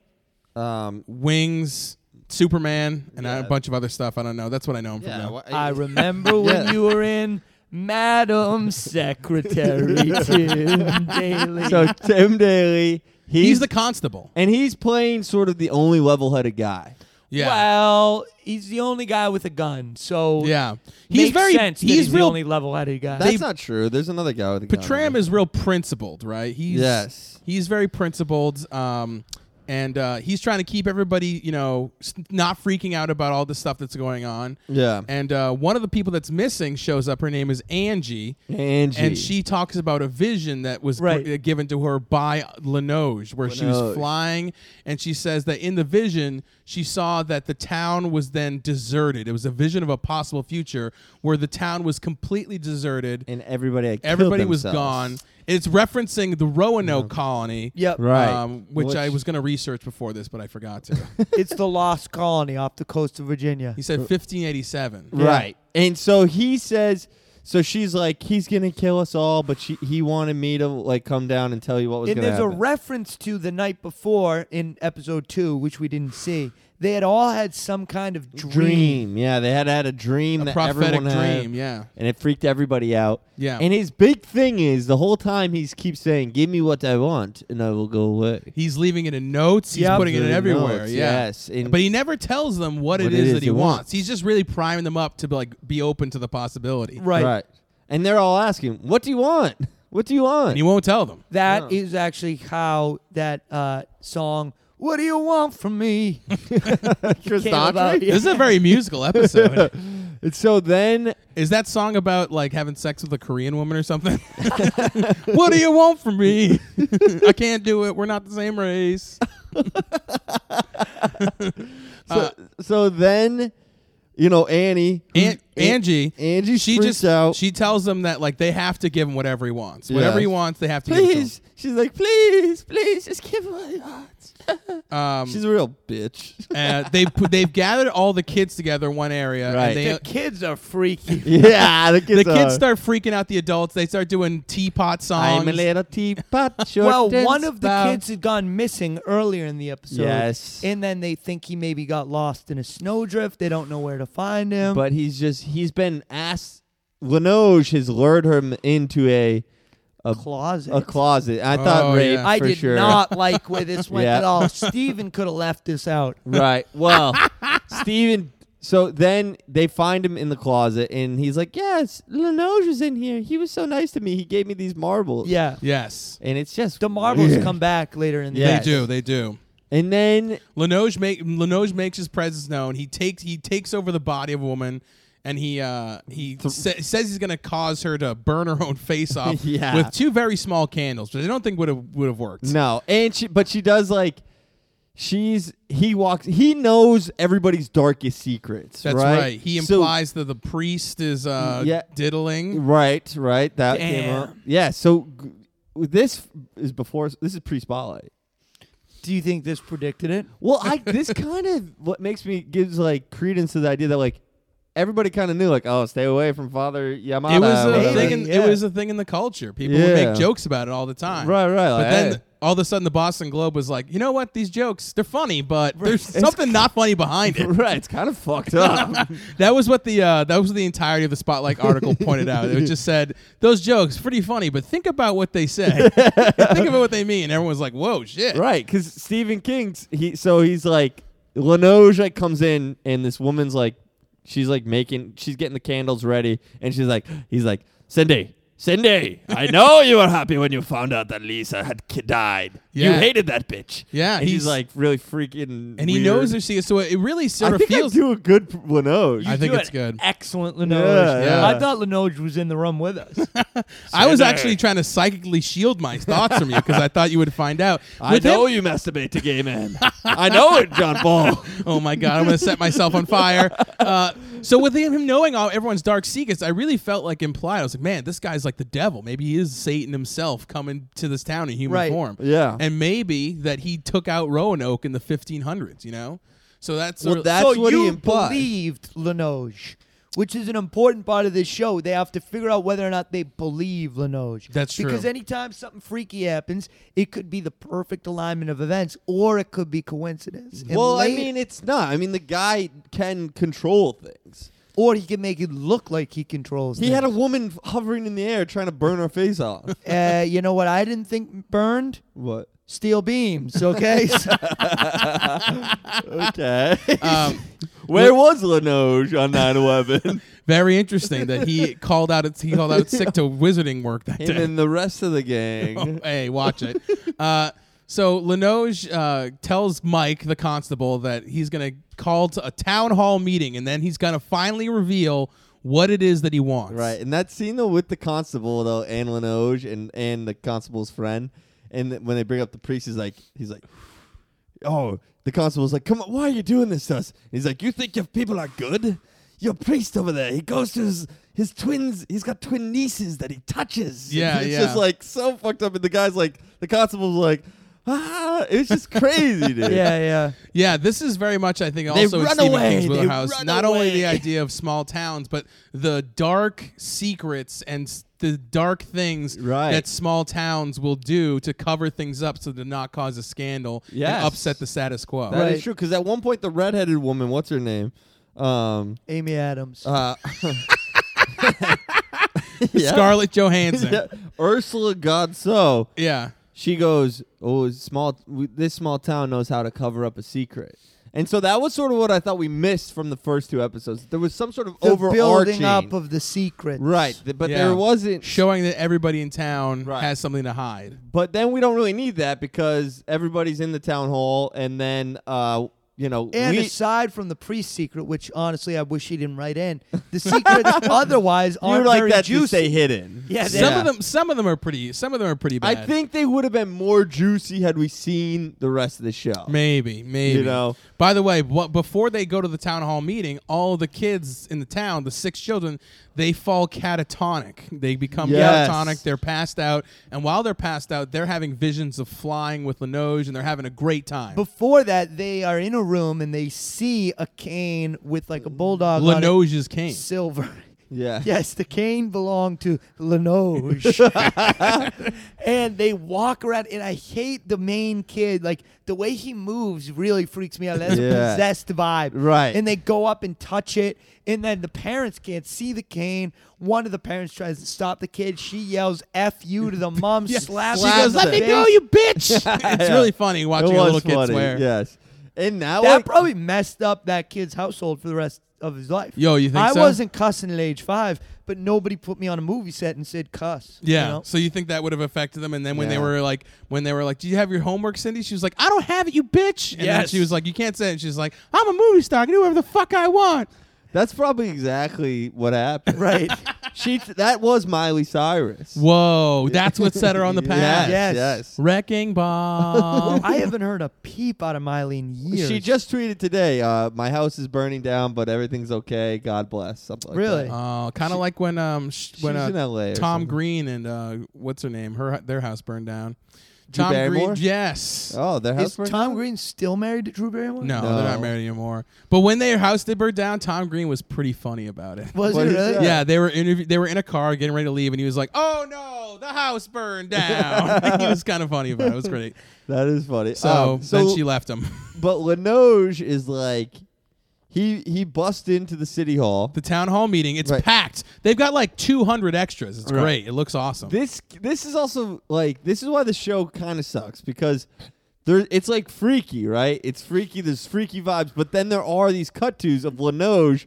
Speaker 3: Um,
Speaker 2: Wings, Superman, and a bunch of other stuff. I don't know. That's what I know him from. now.
Speaker 1: I remember when
Speaker 3: Yeah.
Speaker 1: you were in Madam Secretary Tim Daly.
Speaker 3: so Tim Daly. He's,
Speaker 2: He's the constable.
Speaker 3: and he's playing sort of the only level-headed guy.
Speaker 2: Yeah.
Speaker 1: Well, he's the only guy with a gun, so
Speaker 2: Yeah, he's
Speaker 1: makes
Speaker 2: very
Speaker 1: sense that
Speaker 2: he's,
Speaker 1: he's
Speaker 2: real.
Speaker 1: the only level-headed guy.
Speaker 3: That's not true. There's another guy with a gun.
Speaker 2: Patram is real principled, right? He's
Speaker 3: Yes.
Speaker 2: he's very principled, um, and uh, he's trying to keep everybody, you know, s- not freaking out about all the stuff that's going on.
Speaker 3: Yeah.
Speaker 2: And uh, one of the people that's missing shows up. Her name is Angie.
Speaker 3: Angie.
Speaker 2: And she talks about a vision that was
Speaker 1: Right.
Speaker 2: gr- uh, given to her by Lenoge, where she was
Speaker 3: Lenoge.
Speaker 2: flying, and she says that in the vision she saw that the town was then deserted. It was a vision of a possible future where the town was completely deserted,
Speaker 3: and everybody had killed
Speaker 2: everybody was
Speaker 3: themselves.
Speaker 2: gone. It's referencing the Roanoke colony,
Speaker 1: Yep.
Speaker 3: Right.
Speaker 2: Um, which,
Speaker 3: Which-
Speaker 2: I was going to research before this, but I forgot to.
Speaker 1: it's the lost colony off the coast of Virginia.
Speaker 2: he said 1587.
Speaker 3: Right. And so he says so she's like he's going to kill us all but she he wanted me to like come down and tell you what was
Speaker 1: And
Speaker 3: going to
Speaker 1: there's a
Speaker 3: happen.
Speaker 1: reference to the night before in episode two, which we didn't see. They had all had some kind of dream.
Speaker 3: dream. Yeah, they had had a dream that
Speaker 2: Prophetic
Speaker 3: everyone had,
Speaker 2: dream, yeah.
Speaker 3: And it freaked everybody out.
Speaker 2: Yeah.
Speaker 3: And his big thing is the whole time he's keeps saying, "Give me what I want and I will go away."
Speaker 2: He's leaving it in notes. He's
Speaker 1: Yep.
Speaker 2: putting it in
Speaker 3: Leaving
Speaker 2: everywhere.
Speaker 3: notes,
Speaker 2: yeah.
Speaker 3: yes. And-
Speaker 2: but he never tells them what, it is, that he wants. He's just really priming them up to be like be open to the possibility.
Speaker 1: Right.
Speaker 3: Right. And they're all asking, "What do you want? What do you want?
Speaker 2: And he won't tell them.
Speaker 1: That is actually how that uh, song "What Do You Want From Me"
Speaker 5: Chris
Speaker 1: came
Speaker 5: Daughtry?
Speaker 1: about. Yeah.
Speaker 2: This is a very musical episode.
Speaker 3: And so then
Speaker 2: Is that song about like having sex with a Korean woman or something? what do you want from me? I can't do it. We're not the same race. Uh,
Speaker 3: so then you know Annie
Speaker 2: An-
Speaker 3: who-
Speaker 2: Angie,
Speaker 3: Angie
Speaker 2: she
Speaker 3: freaks
Speaker 2: just
Speaker 3: out.
Speaker 2: she tells them that like they have to give him whatever he wants. Whatever
Speaker 5: Yes.
Speaker 2: he wants, they have to
Speaker 3: please she's like please please just give me what
Speaker 2: give
Speaker 3: I want."
Speaker 2: it to him. Um,
Speaker 3: She's a real bitch.
Speaker 2: uh, they put, they've gathered all the kids together in one area.
Speaker 3: Right.
Speaker 2: And they,
Speaker 1: The kids are freaky.
Speaker 3: yeah, the
Speaker 2: the
Speaker 3: kids
Speaker 2: kids start freaking out the adults. They start doing teapot songs.
Speaker 3: I'm a little teapot. short
Speaker 1: well,
Speaker 3: and
Speaker 1: one of the
Speaker 3: stout.
Speaker 1: kids had gone missing earlier in the episode.
Speaker 3: Yes.
Speaker 1: And then they think he maybe got lost in a snowdrift. They don't know where to find him.
Speaker 3: but he's just he's been asked. Linoge has lured him into a a,
Speaker 1: closet.
Speaker 3: a closet. I thought
Speaker 2: Oh,
Speaker 3: rape
Speaker 2: yeah.
Speaker 1: I
Speaker 3: for
Speaker 1: did
Speaker 3: sure.
Speaker 1: not like where this went
Speaker 3: Yeah.
Speaker 1: at all. Steven could have left this out.
Speaker 3: Right. Well, Steven. So then they find him in the closet, and he's like, "Yes, Linoge was in here. He was so nice to me. He gave me these marbles."
Speaker 1: Yeah.
Speaker 2: Yes,
Speaker 3: And it's just
Speaker 1: The marbles
Speaker 3: weird.
Speaker 1: come back later in the
Speaker 3: Yes.
Speaker 2: they do. They do.
Speaker 3: And then
Speaker 2: Linoge make Linoge makes his presence known. He takes he takes over the body of a woman, and he uh, he sa- says he's going to cause her to burn her own face off
Speaker 3: Yeah.
Speaker 2: with two very small candles, which I don't think would have would have worked.
Speaker 3: no, and she, but she does like, she's he walks. He knows everybody's darkest secrets.
Speaker 2: That's
Speaker 3: right.
Speaker 2: right. He
Speaker 3: So- Mm,
Speaker 2: implies that the priest is uh,
Speaker 3: Yeah.
Speaker 2: diddling.
Speaker 3: Right, right. That came
Speaker 1: Damn.
Speaker 3: up. Yeah. So g- this is before. This is pre spotlight.
Speaker 1: Do you think this predicted it?
Speaker 3: Well, I this kind of what makes me gives like credence to the idea that like everybody kind of knew like oh stay away from Father Yamada.
Speaker 2: It was uh,
Speaker 3: or
Speaker 2: a
Speaker 3: whatever.
Speaker 2: thing. In,
Speaker 1: Yeah.
Speaker 2: It was a thing in the culture. People would
Speaker 3: Yeah.
Speaker 2: make jokes about it all the time.
Speaker 3: Right, right,
Speaker 2: but
Speaker 3: like,
Speaker 2: then
Speaker 3: hey.
Speaker 2: all of a sudden, the Boston Globe was like, you know what? These jokes, they're funny, but there's something not funny behind it.
Speaker 3: right. It's kind of fucked up.
Speaker 2: That was what the uh, that was the entirety of the spotlight article pointed out. It just said those jokes pretty funny, but think about what they say. think about what they mean. Everyone was like, "Whoa, shit!"
Speaker 3: right, because Stephen King's he so he's like Linoge like comes in and this woman's like she's like making she's getting the candles ready and she's like he's like Cindy. Cindy, I know you were happy when you found out that Lisa had ki- died. You
Speaker 2: Yeah.
Speaker 3: hated that bitch.
Speaker 2: Yeah,
Speaker 3: and he's,
Speaker 2: he's-
Speaker 3: like really freaking.
Speaker 2: And he
Speaker 3: weird.
Speaker 2: knows that she is. So it really sort
Speaker 3: I
Speaker 2: of
Speaker 3: think
Speaker 2: feels.
Speaker 3: I do a good p- Linoge.
Speaker 2: I think
Speaker 1: You
Speaker 2: it's
Speaker 1: had
Speaker 2: good.
Speaker 1: Excellent Linoge.
Speaker 3: Yeah, yeah.
Speaker 1: I thought Linoge was in the room with us.
Speaker 2: I was actually trying to psychically shield my thoughts from you because I thought you would find out.
Speaker 3: I
Speaker 2: With
Speaker 3: know
Speaker 2: him-
Speaker 3: you masturbate to gay men. I know it, John Paul.
Speaker 2: oh my god, I'm gonna set myself on fire. Uh, so with him knowing all everyone's dark secrets, I really felt like implied. I was like, man, this guy's like the devil. Maybe he is Satan himself coming to this town in human
Speaker 1: Right.
Speaker 2: form.
Speaker 3: Yeah.
Speaker 2: and maybe that he took out Roanoke in the 1500s. You know, so that's
Speaker 3: Well,
Speaker 2: sort of-
Speaker 3: that- That's
Speaker 1: so
Speaker 3: what
Speaker 1: you
Speaker 3: he implied.
Speaker 1: believed Linoge, which is an important part of this show. They have to figure out whether or not they believe Linoge.
Speaker 2: That's true.
Speaker 1: Because anytime something freaky happens, it could be the perfect alignment of events, or it could be coincidence. And
Speaker 3: well, I
Speaker 1: late-
Speaker 3: mean, it's not. I mean, the guy can control things.
Speaker 1: or he can make it look like he controls.
Speaker 3: He had a woman f- hovering in the air trying to burn her face off.
Speaker 1: a. Uh, you know what? I didn't think burned
Speaker 3: what?
Speaker 1: steel beams. Okay. So-
Speaker 3: Okay.
Speaker 2: um,
Speaker 3: Where was Linoge on 9 11?
Speaker 2: very interesting that he called out. He called out sick to wizarding work that
Speaker 3: Him
Speaker 2: day.
Speaker 3: and the rest of the
Speaker 2: Oh,
Speaker 3: gang.
Speaker 2: hey, watch it. Uh, so Linoge uh, tells Mike, the constable, that he's going to call to a town hall meeting, and then he's going to finally reveal what it is that he wants.
Speaker 3: Right. And that scene, though, with the constable, though, and Linoge and, and the constable's friend. And th- when they bring up the priest, he's like, he's like, oh, the constable's like, come on, why are you doing this to us? And he's like, you think your people are good? Your priest over there, he goes to his, his twins, he's got twin nieces that he touches.
Speaker 2: Yeah,
Speaker 3: It's
Speaker 2: yeah.
Speaker 3: just like so fucked up. And the guy's like, the constable's like, ah, it's just crazy, dude.
Speaker 1: yeah, yeah.
Speaker 2: Yeah, this is very much, I think,
Speaker 3: They
Speaker 2: also in
Speaker 3: run
Speaker 2: Stephen
Speaker 3: away,
Speaker 2: King's
Speaker 3: they
Speaker 2: wheelhouse.
Speaker 3: run
Speaker 2: Not only
Speaker 3: away.
Speaker 2: the idea of small towns, but the dark secrets and s- the dark things
Speaker 3: Right.
Speaker 2: that small towns will do to cover things up so to not cause a scandal
Speaker 3: Yes.
Speaker 2: and upset the status quo.
Speaker 3: That is
Speaker 1: Right.
Speaker 3: true. Because at one point, the redheaded woman, what's her name? Um,
Speaker 1: Amy Adams.
Speaker 3: uh, yeah.
Speaker 2: Scarlett Johansson.
Speaker 3: Yeah. Ursula Godso.
Speaker 2: yeah.
Speaker 3: She goes, "Oh, it's small. We, this small town knows how to cover up a secret." And so that was sort of what I thought we missed from the first two episodes. There was some sort of
Speaker 1: The
Speaker 3: overarching
Speaker 1: building up of the secrets.
Speaker 3: right, th- but
Speaker 2: Yeah.
Speaker 3: there wasn't.
Speaker 2: Showing that everybody in town
Speaker 3: Right.
Speaker 2: has something to hide.
Speaker 3: but then we don't really need that because everybody's in the town hall, and then uh, you know
Speaker 1: And
Speaker 3: we,
Speaker 1: aside from the pre-secret, which honestly I wish he didn't write in, the secrets otherwise
Speaker 3: you
Speaker 1: aren't
Speaker 3: like
Speaker 1: very
Speaker 3: that to
Speaker 1: juicy.
Speaker 3: stay hidden.
Speaker 1: Yeah, they-
Speaker 2: Some of them, some of them are pretty. Some of them are pretty
Speaker 3: I
Speaker 2: bad.
Speaker 3: think they would have been more juicy had we seen the rest of the show.
Speaker 2: Maybe, maybe.
Speaker 3: You know.
Speaker 2: By the way, what, before they go to the town hall meeting, all the kids in the town, the six children, they fall catatonic. They become
Speaker 3: Yes.
Speaker 2: catatonic. They're passed out, and while they're passed out, they're having visions of flying with Linoge, and they're having a great time.
Speaker 1: Before that, they are in a room and they see a cane with like a bulldog on
Speaker 2: Linoge's
Speaker 1: it,
Speaker 2: cane.
Speaker 1: silver.
Speaker 3: Yeah.
Speaker 1: Yes, the cane belonged to Lenoge. and they walk around, and I hate the main kid. Like, the way he moves really freaks me out. That's
Speaker 3: Yeah.
Speaker 1: a possessed vibe.
Speaker 3: Right.
Speaker 1: And they go up and touch it, and then the parents can't see the cane. One of the parents tries to stop the kid. She yells F you to the mom,
Speaker 2: Yeah.
Speaker 1: slaps
Speaker 2: she
Speaker 1: her
Speaker 2: goes,
Speaker 1: in the
Speaker 2: "Let me
Speaker 1: face.
Speaker 2: go, you bitch!" it's really funny
Speaker 3: It
Speaker 2: watching a little
Speaker 3: was
Speaker 2: kid
Speaker 3: funny,
Speaker 2: swear.
Speaker 3: Yes. And now
Speaker 1: That
Speaker 3: I-
Speaker 1: probably messed up that kid's household for the rest of his life.
Speaker 2: Yo, you think
Speaker 1: I
Speaker 2: so?
Speaker 1: wasn't cussing at age five, but nobody put me on a movie set and said cuss. you
Speaker 2: Yeah.
Speaker 1: know?
Speaker 2: So you think that would have affected them? And then when they
Speaker 3: Yeah.
Speaker 2: were like, when they were like, "Do you have your homework, Cindy?" She was like, "I don't have it, you bitch." And then
Speaker 1: Yes.
Speaker 2: she was like, "You can't say it." And she's like, "I'm a movie star. I can do whatever the fuck I want."
Speaker 3: that's probably exactly what happened.
Speaker 1: Right.
Speaker 3: she that was Miley Cyrus.
Speaker 2: Whoa, that's what set her on the path.
Speaker 3: Yes,
Speaker 1: Yes.
Speaker 3: yes.
Speaker 2: Wrecking ball.
Speaker 1: Oh, I haven't heard a peep out of Miley in years.
Speaker 3: She just tweeted today, uh, my house is burning down, but everything's okay. God bless. Something like
Speaker 1: Really?
Speaker 3: that.
Speaker 2: Oh, kind of like when um sh-
Speaker 3: She
Speaker 2: when
Speaker 3: was
Speaker 2: uh,
Speaker 3: in LA or
Speaker 2: Tom
Speaker 3: something.
Speaker 2: Green and uh what's her name her their house burned down.
Speaker 3: Drew
Speaker 2: Tom Green,
Speaker 3: Barrymore?
Speaker 2: yes.
Speaker 3: Oh, their house
Speaker 1: is
Speaker 3: burned
Speaker 1: Tom
Speaker 3: down?
Speaker 1: Green still married to Drew Barrymore?
Speaker 2: No,
Speaker 3: No.
Speaker 2: they're not married anymore. But when their house did burn down, Tom Green was pretty funny about it.
Speaker 1: Was he
Speaker 3: What is
Speaker 1: really?
Speaker 3: that?
Speaker 2: Yeah, they were interview. They were in a car getting ready to leave, and he was like, "Oh no, the house burned down." he was kind of funny about it. It was great.
Speaker 3: That is funny.
Speaker 2: So,
Speaker 3: Um,
Speaker 2: then she left him.
Speaker 3: but Lenoge is like he he busts into the city hall.
Speaker 2: the town hall meeting. It's
Speaker 3: Right.
Speaker 2: packed. They've got like 200 extras. It's
Speaker 3: Right.
Speaker 2: great. It looks awesome.
Speaker 3: This this is also like this is why the show kind of sucks because there it's like freaky, right? It's freaky. There's freaky vibes, but then there are these cut tos of Lenoge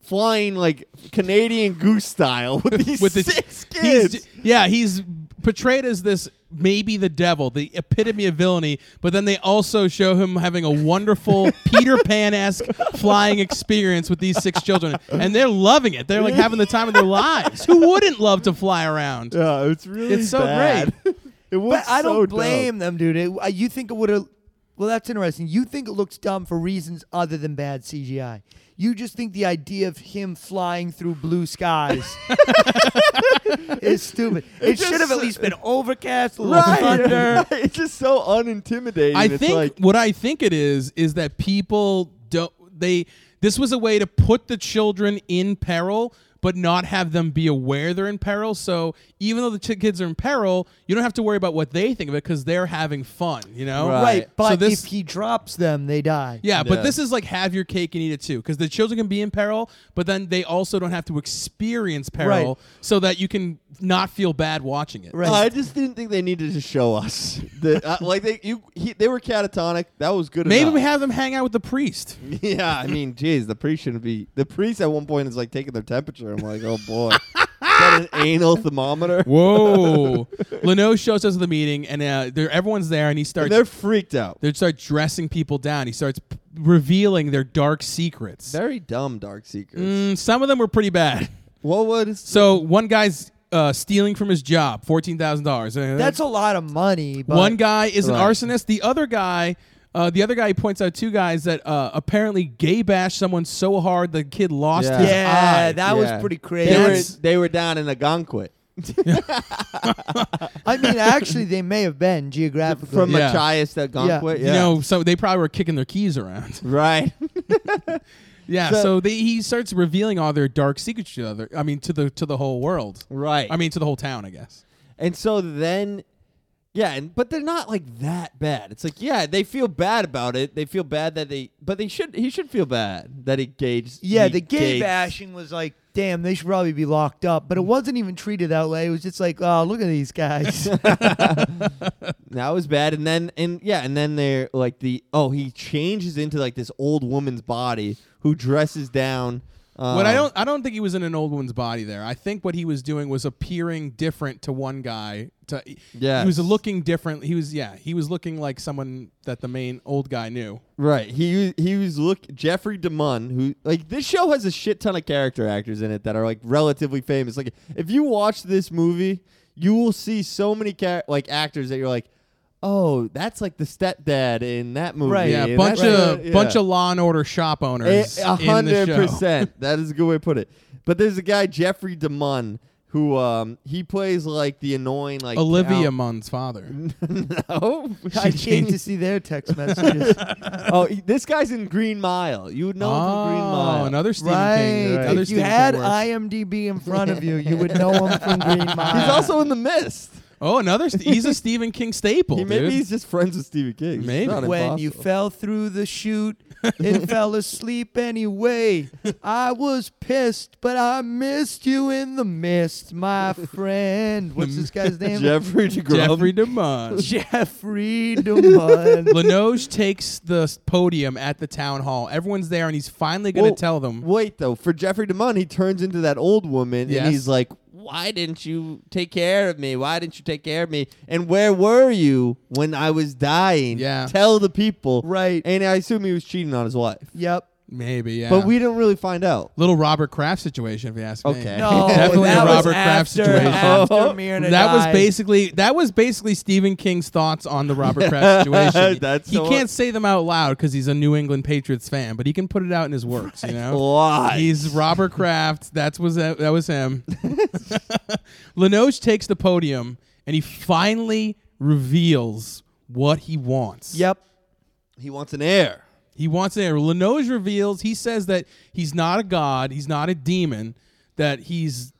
Speaker 3: flying like Canadian goose style with these
Speaker 2: With the-
Speaker 3: six
Speaker 2: he's
Speaker 3: kids.
Speaker 2: j- yeah, he's portrayed as this maybe the devil, the epitome of villainy. But then they also show him having a wonderful Peter Pan esque flying experience with these six children, and they're loving it. They're like having the time of their lives. Who wouldn't love to fly around?
Speaker 3: yeah, it's really
Speaker 2: It's so
Speaker 3: bad. it was
Speaker 1: But I
Speaker 3: so
Speaker 1: don't
Speaker 3: dumb.
Speaker 1: blame them, dude. It, uh, you think it would have. Well, that's interesting. You think it looks dumb for reasons other than bad CGI. You just think the idea of him flying through blue skies is stupid. It,
Speaker 3: just-
Speaker 1: should have at least been overcast, a little thunder.
Speaker 3: Right, it's just so unintimidating.
Speaker 2: I
Speaker 3: It's
Speaker 2: think
Speaker 3: like,
Speaker 2: what I think it is is that people don't they this was a way to put the children in peril but not have them be aware they're in peril. So even though the ch- kids are in peril, you don't have to worry about what they think of it because they're having fun, you know?
Speaker 3: Right.
Speaker 1: Right,
Speaker 2: So
Speaker 1: but
Speaker 2: this-
Speaker 1: if he drops them, they die.
Speaker 2: Yeah, but
Speaker 3: Yeah.
Speaker 2: this is like have your cake and eat it too, because the children can be in peril, but then they also don't have to experience peril,
Speaker 1: Right.
Speaker 2: so that you can not feel bad watching it.
Speaker 1: Right.
Speaker 3: I just didn't think they needed to show us. The, uh, like they, you, he, they were catatonic. That was good.
Speaker 2: Maybe
Speaker 3: enough.
Speaker 2: we have them hang out with the priest.
Speaker 3: Yeah, I mean, geez, the priest shouldn't be. The priest at one point is like taking their temperature. I'm like, oh boy, is that an anal thermometer?
Speaker 2: Whoa! Leno shows us the meeting, and uh, they're, everyone's there, and he
Speaker 3: And
Speaker 2: starts.
Speaker 3: they're freaked out.
Speaker 2: they start dressing people down. He starts p- revealing their dark secrets.
Speaker 3: Very dumb dark secrets.
Speaker 2: Mm, some of them were pretty bad.
Speaker 3: What would?
Speaker 2: So one guy's uh, stealing from his job, fourteen thousand dollars. Uh,
Speaker 1: That's a lot of money. But
Speaker 2: one guy is an
Speaker 3: Right.
Speaker 2: arsonist. The other guy. Uh, the other guy he points out two guys that uh, apparently gay bashed someone so hard the kid lost
Speaker 3: Yeah.
Speaker 2: his
Speaker 1: Yeah,
Speaker 2: eye.
Speaker 1: that
Speaker 3: Yeah.
Speaker 1: was pretty crazy.
Speaker 3: They were,
Speaker 2: That's-
Speaker 3: they were down in Algonquin
Speaker 1: I mean, actually, they may have been geographically.
Speaker 3: from
Speaker 2: Yeah.
Speaker 3: Machias to Algonquin. Yeah.
Speaker 2: You know, so they probably were kicking their keys around.
Speaker 3: right?
Speaker 2: Yeah, so,
Speaker 3: So-
Speaker 2: they, he starts revealing all their dark secrets to the other. I mean, to the to the whole world.
Speaker 3: right.
Speaker 2: I mean, to the whole town, I guess.
Speaker 3: And so then, yeah, and but they're not like that bad. It's like, yeah, they feel bad about it. They feel bad that they, but they should. He should feel bad that he gauged.
Speaker 1: yeah,
Speaker 3: he
Speaker 1: the gay
Speaker 3: gauged-
Speaker 1: bashing was like damn, they should probably be locked up. But it wasn't even treated that way. It was just like, oh, look at these guys.
Speaker 3: That was bad. And then and yeah, and then they're like the oh he changes into like this old woman's body who dresses down. Um,
Speaker 2: What I don't I don't think he was in an old one's body there. I think what he was doing was appearing different to one guy. To he
Speaker 3: Yes.
Speaker 2: was looking different. He was yeah he was looking like someone that the main old guy knew.
Speaker 3: right he he was look Jeffrey DeMunn who like this show has a shit ton of character actors in it that are like relatively famous. Like if you watch this movie, you will see so many char- like actors that you're like. Oh, that's like the stepdad in that movie.
Speaker 1: Right.
Speaker 2: Yeah,
Speaker 3: and
Speaker 2: bunch
Speaker 3: that's-
Speaker 2: of
Speaker 3: yeah.
Speaker 2: bunch of Law and Order shop
Speaker 3: A
Speaker 2: owners.
Speaker 3: Eh, a
Speaker 2: in the
Speaker 3: hundred
Speaker 2: show.
Speaker 3: percent. That is a good way to put it. But there's a guy Jeffrey DeMunn who um he plays like the annoying like
Speaker 2: Olivia
Speaker 3: count-
Speaker 2: Munn's father.
Speaker 3: no,
Speaker 1: I came to see their text messages.
Speaker 3: oh, he- this guy's in Green Mile. You would know him from Green Mile.
Speaker 2: Oh, another Stephen King.
Speaker 1: right.
Speaker 2: Another
Speaker 1: If you
Speaker 2: Stephen King
Speaker 1: had
Speaker 2: work.
Speaker 1: IMDb in front of you, you would know him from Green Mile.
Speaker 3: He's also in The Mist.
Speaker 2: oh, another. St- he's a Stephen King staple,
Speaker 3: He, maybe
Speaker 2: dude.
Speaker 3: he's just friends with Stevie King. It's
Speaker 2: Maybe.
Speaker 3: not
Speaker 1: when you
Speaker 3: impossible.
Speaker 1: fell through the chute and fell asleep anyway. I was pissed, but I missed you in the mist, my friend. What's this guy's name?
Speaker 3: Jeffrey DeGrom.
Speaker 2: Jeffrey DeMunn.
Speaker 1: Jeffrey DeMunn.
Speaker 2: Linoge takes the s- podium at the town hall. Everyone's there, and he's finally going to
Speaker 3: Well,
Speaker 2: tell them.
Speaker 3: Wait though, for Jeffrey DeMunn, he turns into that old woman
Speaker 2: Yes.
Speaker 3: and he's like, "Why didn't you take care of me? Why didn't you take care of me? And where were you when I was dying?
Speaker 2: Yeah.
Speaker 3: tell the people."
Speaker 1: Right.
Speaker 3: And I assume he was cheating on his wife,
Speaker 1: yep.
Speaker 2: Maybe, yeah.
Speaker 3: but we don't really find out.
Speaker 2: little Robert Kraft situation, if you ask me.
Speaker 3: Okay.
Speaker 1: No,
Speaker 2: definitely
Speaker 1: that
Speaker 2: a
Speaker 1: was
Speaker 2: Robert Kraft
Speaker 1: after,
Speaker 2: situation.
Speaker 1: After Myrna
Speaker 2: That was
Speaker 1: died.
Speaker 2: basically that was basically Stephen King's thoughts on the Robert Kraft situation.
Speaker 3: That's
Speaker 2: he
Speaker 3: the
Speaker 2: can't
Speaker 3: one.
Speaker 2: say them out loud because he's a New England Patriots fan, but he can put it out in his works. You know,
Speaker 3: Why?
Speaker 2: He's Robert Kraft. That's was that, that was him. Linoge takes the podium and he finally reveals what he wants.
Speaker 1: Yep.
Speaker 3: he wants an heir.
Speaker 2: He wants an heir. Linoge reveals he says that he's not a god, he's not a demon, that he's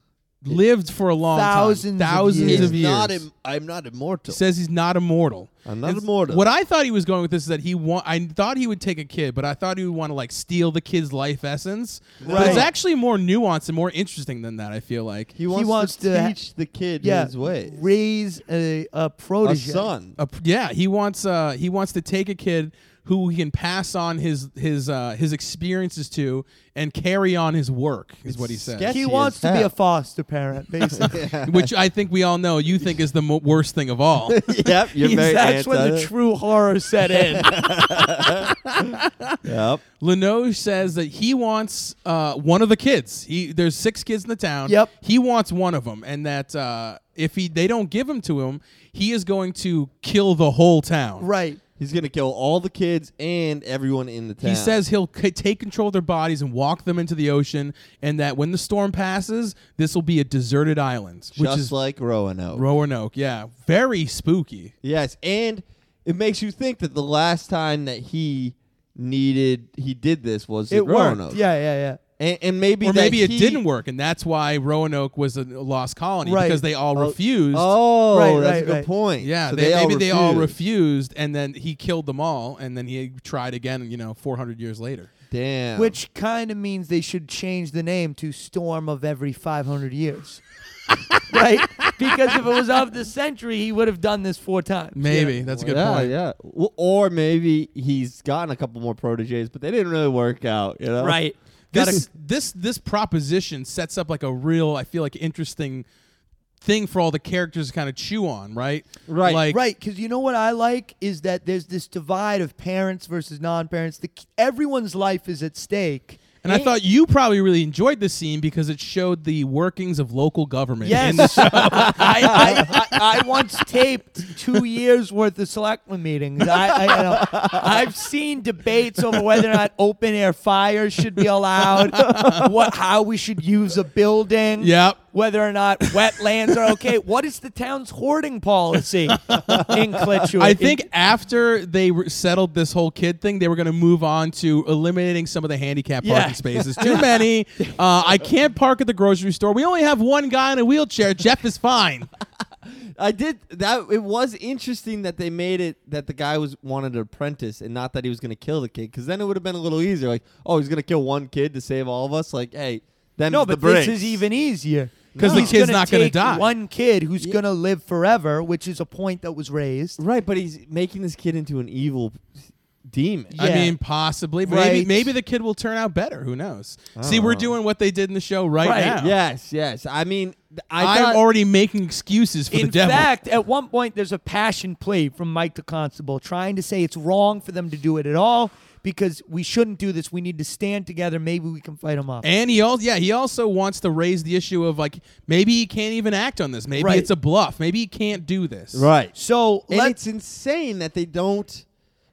Speaker 2: lived for a long
Speaker 1: Thousands of
Speaker 2: time. Thousands
Speaker 1: years.
Speaker 2: of
Speaker 3: He's
Speaker 2: years.
Speaker 3: Not im- I'm not immortal.
Speaker 2: says he's not immortal.
Speaker 3: I'm not
Speaker 2: It's-
Speaker 3: immortal.
Speaker 2: What I thought he was going with this is that he want. I thought he would take a kid, but I thought he would want to like steal the kid's life essence. But
Speaker 1: Right.
Speaker 2: it's actually more nuanced and more interesting than that. I feel like
Speaker 3: he wants,
Speaker 1: wants
Speaker 3: to,
Speaker 1: to-
Speaker 3: teach the kid
Speaker 1: Yeah.
Speaker 3: his way.
Speaker 1: Raise a, a
Speaker 3: A
Speaker 1: protege.
Speaker 3: son.
Speaker 2: A p- yeah, he wants uh he wants to take a kid who he can pass on his his uh his experiences to and carry on his work is what he says.
Speaker 3: sketchy.
Speaker 1: He
Speaker 3: Yes, he
Speaker 1: wants
Speaker 3: is.
Speaker 1: to be
Speaker 3: Yeah.
Speaker 1: a foster parent, basically.
Speaker 2: Which I think we all know you think is the mo- worst thing of all.
Speaker 3: yep, you're very
Speaker 1: That's when the
Speaker 3: anti-
Speaker 1: true horror set in.
Speaker 3: Yep.
Speaker 2: Linoge says that he wants uh, one of the kids. He there's six kids in the town.
Speaker 1: Yep.
Speaker 2: He wants one of them, and that uh, if he they don't give him to him, he is going to kill the whole town.
Speaker 1: right.
Speaker 3: He's gonna kill all the kids and everyone in the town.
Speaker 2: He says he'll c- take control of their bodies and walk them into the ocean, and that when the storm passes, this will be a deserted island, which
Speaker 3: just
Speaker 2: is
Speaker 3: like Roanoke.
Speaker 2: Roanoke. Yeah, very spooky.
Speaker 3: yes, and it makes you think that the last time that he needed he did this was
Speaker 1: It
Speaker 3: at Roanoke.
Speaker 1: worked. Yeah, yeah, yeah.
Speaker 3: and, and maybe
Speaker 2: Or
Speaker 3: that
Speaker 2: maybe it
Speaker 3: he-
Speaker 2: didn't work, and that's why Roanoke was a lost colony
Speaker 1: Right.
Speaker 2: because they all refused.
Speaker 3: Oh,
Speaker 1: Right,
Speaker 3: that's
Speaker 1: right,
Speaker 3: a good
Speaker 1: right.
Speaker 3: point.
Speaker 2: Yeah,
Speaker 3: So
Speaker 2: they, maybe they all
Speaker 3: refused.
Speaker 2: refused, and then he killed them all, and then he tried again. You know, four hundred years later.
Speaker 3: Damn,
Speaker 1: Which kind of means they should change the name to Storm of Every 500 Years. right? Because if it was of the century, he would have done this four times.
Speaker 2: Maybe that's a good
Speaker 3: yeah,
Speaker 2: point.
Speaker 3: yeah. W- Or maybe he's gotten a couple more proteges, but they didn't really work out. You know,
Speaker 1: Right.
Speaker 2: This this this proposition sets up like a real, I feel like, interesting thing for all the characters to kind of chew on, right?
Speaker 3: Right,
Speaker 2: like,
Speaker 1: right, because you know what I like is that there's this divide of parents versus non-parents. The, ki- everyone's life is at stake.
Speaker 2: And I thought you probably really enjoyed this scene because it showed the workings of local government. in the
Speaker 1: Yes, I, I, I, I once taped two years worth of selectmen meetings. I, I, you know, I've seen debates over whether or not open air fires should be allowed, what how we should use a building,
Speaker 2: Yep.
Speaker 1: whether or not wetlands are okay. What is the town's hoarding policy in Klitschwood?
Speaker 2: I think after they re- settled this whole kid thing, they were going to move on to eliminating some of the handicap
Speaker 1: Yeah.
Speaker 2: parking spaces. Too many. Uh, I can't park at the grocery store. We only have one guy in a wheelchair. Jeff is fine.
Speaker 3: I did that. It was interesting that they made it that the guy was wanted an apprentice and not that he was going to kill the kid, because then it would have been a little easier. Like, oh, he's going to kill one kid to save all of us. Like, hey, Them's
Speaker 1: No,
Speaker 3: the
Speaker 1: but this
Speaker 3: breaks.
Speaker 1: is even easier.
Speaker 2: 'Cause the
Speaker 1: He's
Speaker 2: kid's
Speaker 1: gonna
Speaker 2: not gonna
Speaker 1: take
Speaker 2: die.
Speaker 1: One kid who's
Speaker 3: Yeah.
Speaker 1: gonna live forever, which is a point that was raised.
Speaker 3: right, but he's making this kid into an evil demon.
Speaker 1: Yeah.
Speaker 2: I mean, possibly. Maybe
Speaker 1: Right. Oh.
Speaker 2: maybe the kid will turn out better. Who knows?
Speaker 3: I
Speaker 2: See,
Speaker 3: don't
Speaker 2: we're
Speaker 3: know.
Speaker 2: doing what they did in the show right,
Speaker 1: Right,
Speaker 2: now.
Speaker 3: Yes, yes. I mean, th- I
Speaker 2: I'm
Speaker 3: thought,
Speaker 2: already making excuses for
Speaker 1: In
Speaker 2: the devil.
Speaker 1: fact, at one point, there's a passion plea from Mike the Constable trying to say it's wrong for them to do it at all because we shouldn't do this. We need to stand together. Maybe we can fight them off.
Speaker 2: and he also yeah he also wants to raise the issue of like maybe he can't even act on this. Maybe
Speaker 1: Right.
Speaker 2: it's a bluff. Maybe he can't do this.
Speaker 3: right.
Speaker 1: so
Speaker 3: And
Speaker 1: let's
Speaker 3: it's insane that they don't.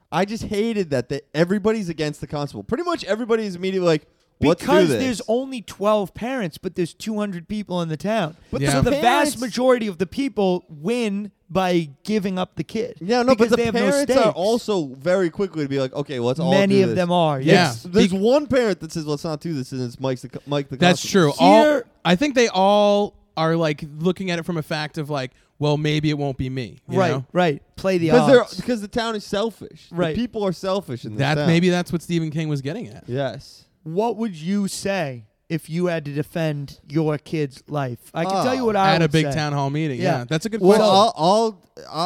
Speaker 3: I just hated that they, everybody's against the constable. Pretty much everybody's immediately like, "Let's do
Speaker 1: because
Speaker 3: this."
Speaker 1: there's only 12 parents, but there's 200 people in the town.
Speaker 3: But
Speaker 2: Yeah.
Speaker 1: So the vast
Speaker 3: the parents-
Speaker 1: majority of the people win by giving up the kid.
Speaker 3: yeah, no,
Speaker 1: because
Speaker 3: but
Speaker 1: they
Speaker 3: the
Speaker 1: have no
Speaker 3: parents are
Speaker 1: stakes.
Speaker 3: also very quickly to be like, "Okay, let's all."
Speaker 1: Many
Speaker 3: do
Speaker 1: of
Speaker 3: this."
Speaker 1: them are.
Speaker 2: Yeah.
Speaker 1: Yes.
Speaker 3: There's, there's
Speaker 2: Be-
Speaker 3: one parent that says, "Let's not do this," and it's Mike's the, co- Mike the.
Speaker 2: That's true.
Speaker 3: constable.
Speaker 2: All
Speaker 1: Here-
Speaker 2: I think they all are like looking at it from a fact of like, well, maybe it won't be me. you
Speaker 1: Right.
Speaker 2: know?
Speaker 1: Right. Play the
Speaker 3: because
Speaker 1: odds.
Speaker 3: they're because the town is selfish.
Speaker 1: Right.
Speaker 3: the people are selfish in this
Speaker 2: That
Speaker 3: town.
Speaker 2: maybe that's what Stephen King was getting at.
Speaker 3: Yes.
Speaker 1: What would you say if you had to defend your kid's life? I can
Speaker 3: Oh,
Speaker 1: tell you what I
Speaker 2: At
Speaker 1: would
Speaker 2: a big
Speaker 1: say.
Speaker 2: town hall meeting.
Speaker 1: Yeah.
Speaker 2: Yeah. That's a good
Speaker 3: Well,
Speaker 2: question.
Speaker 3: I'll, I'll,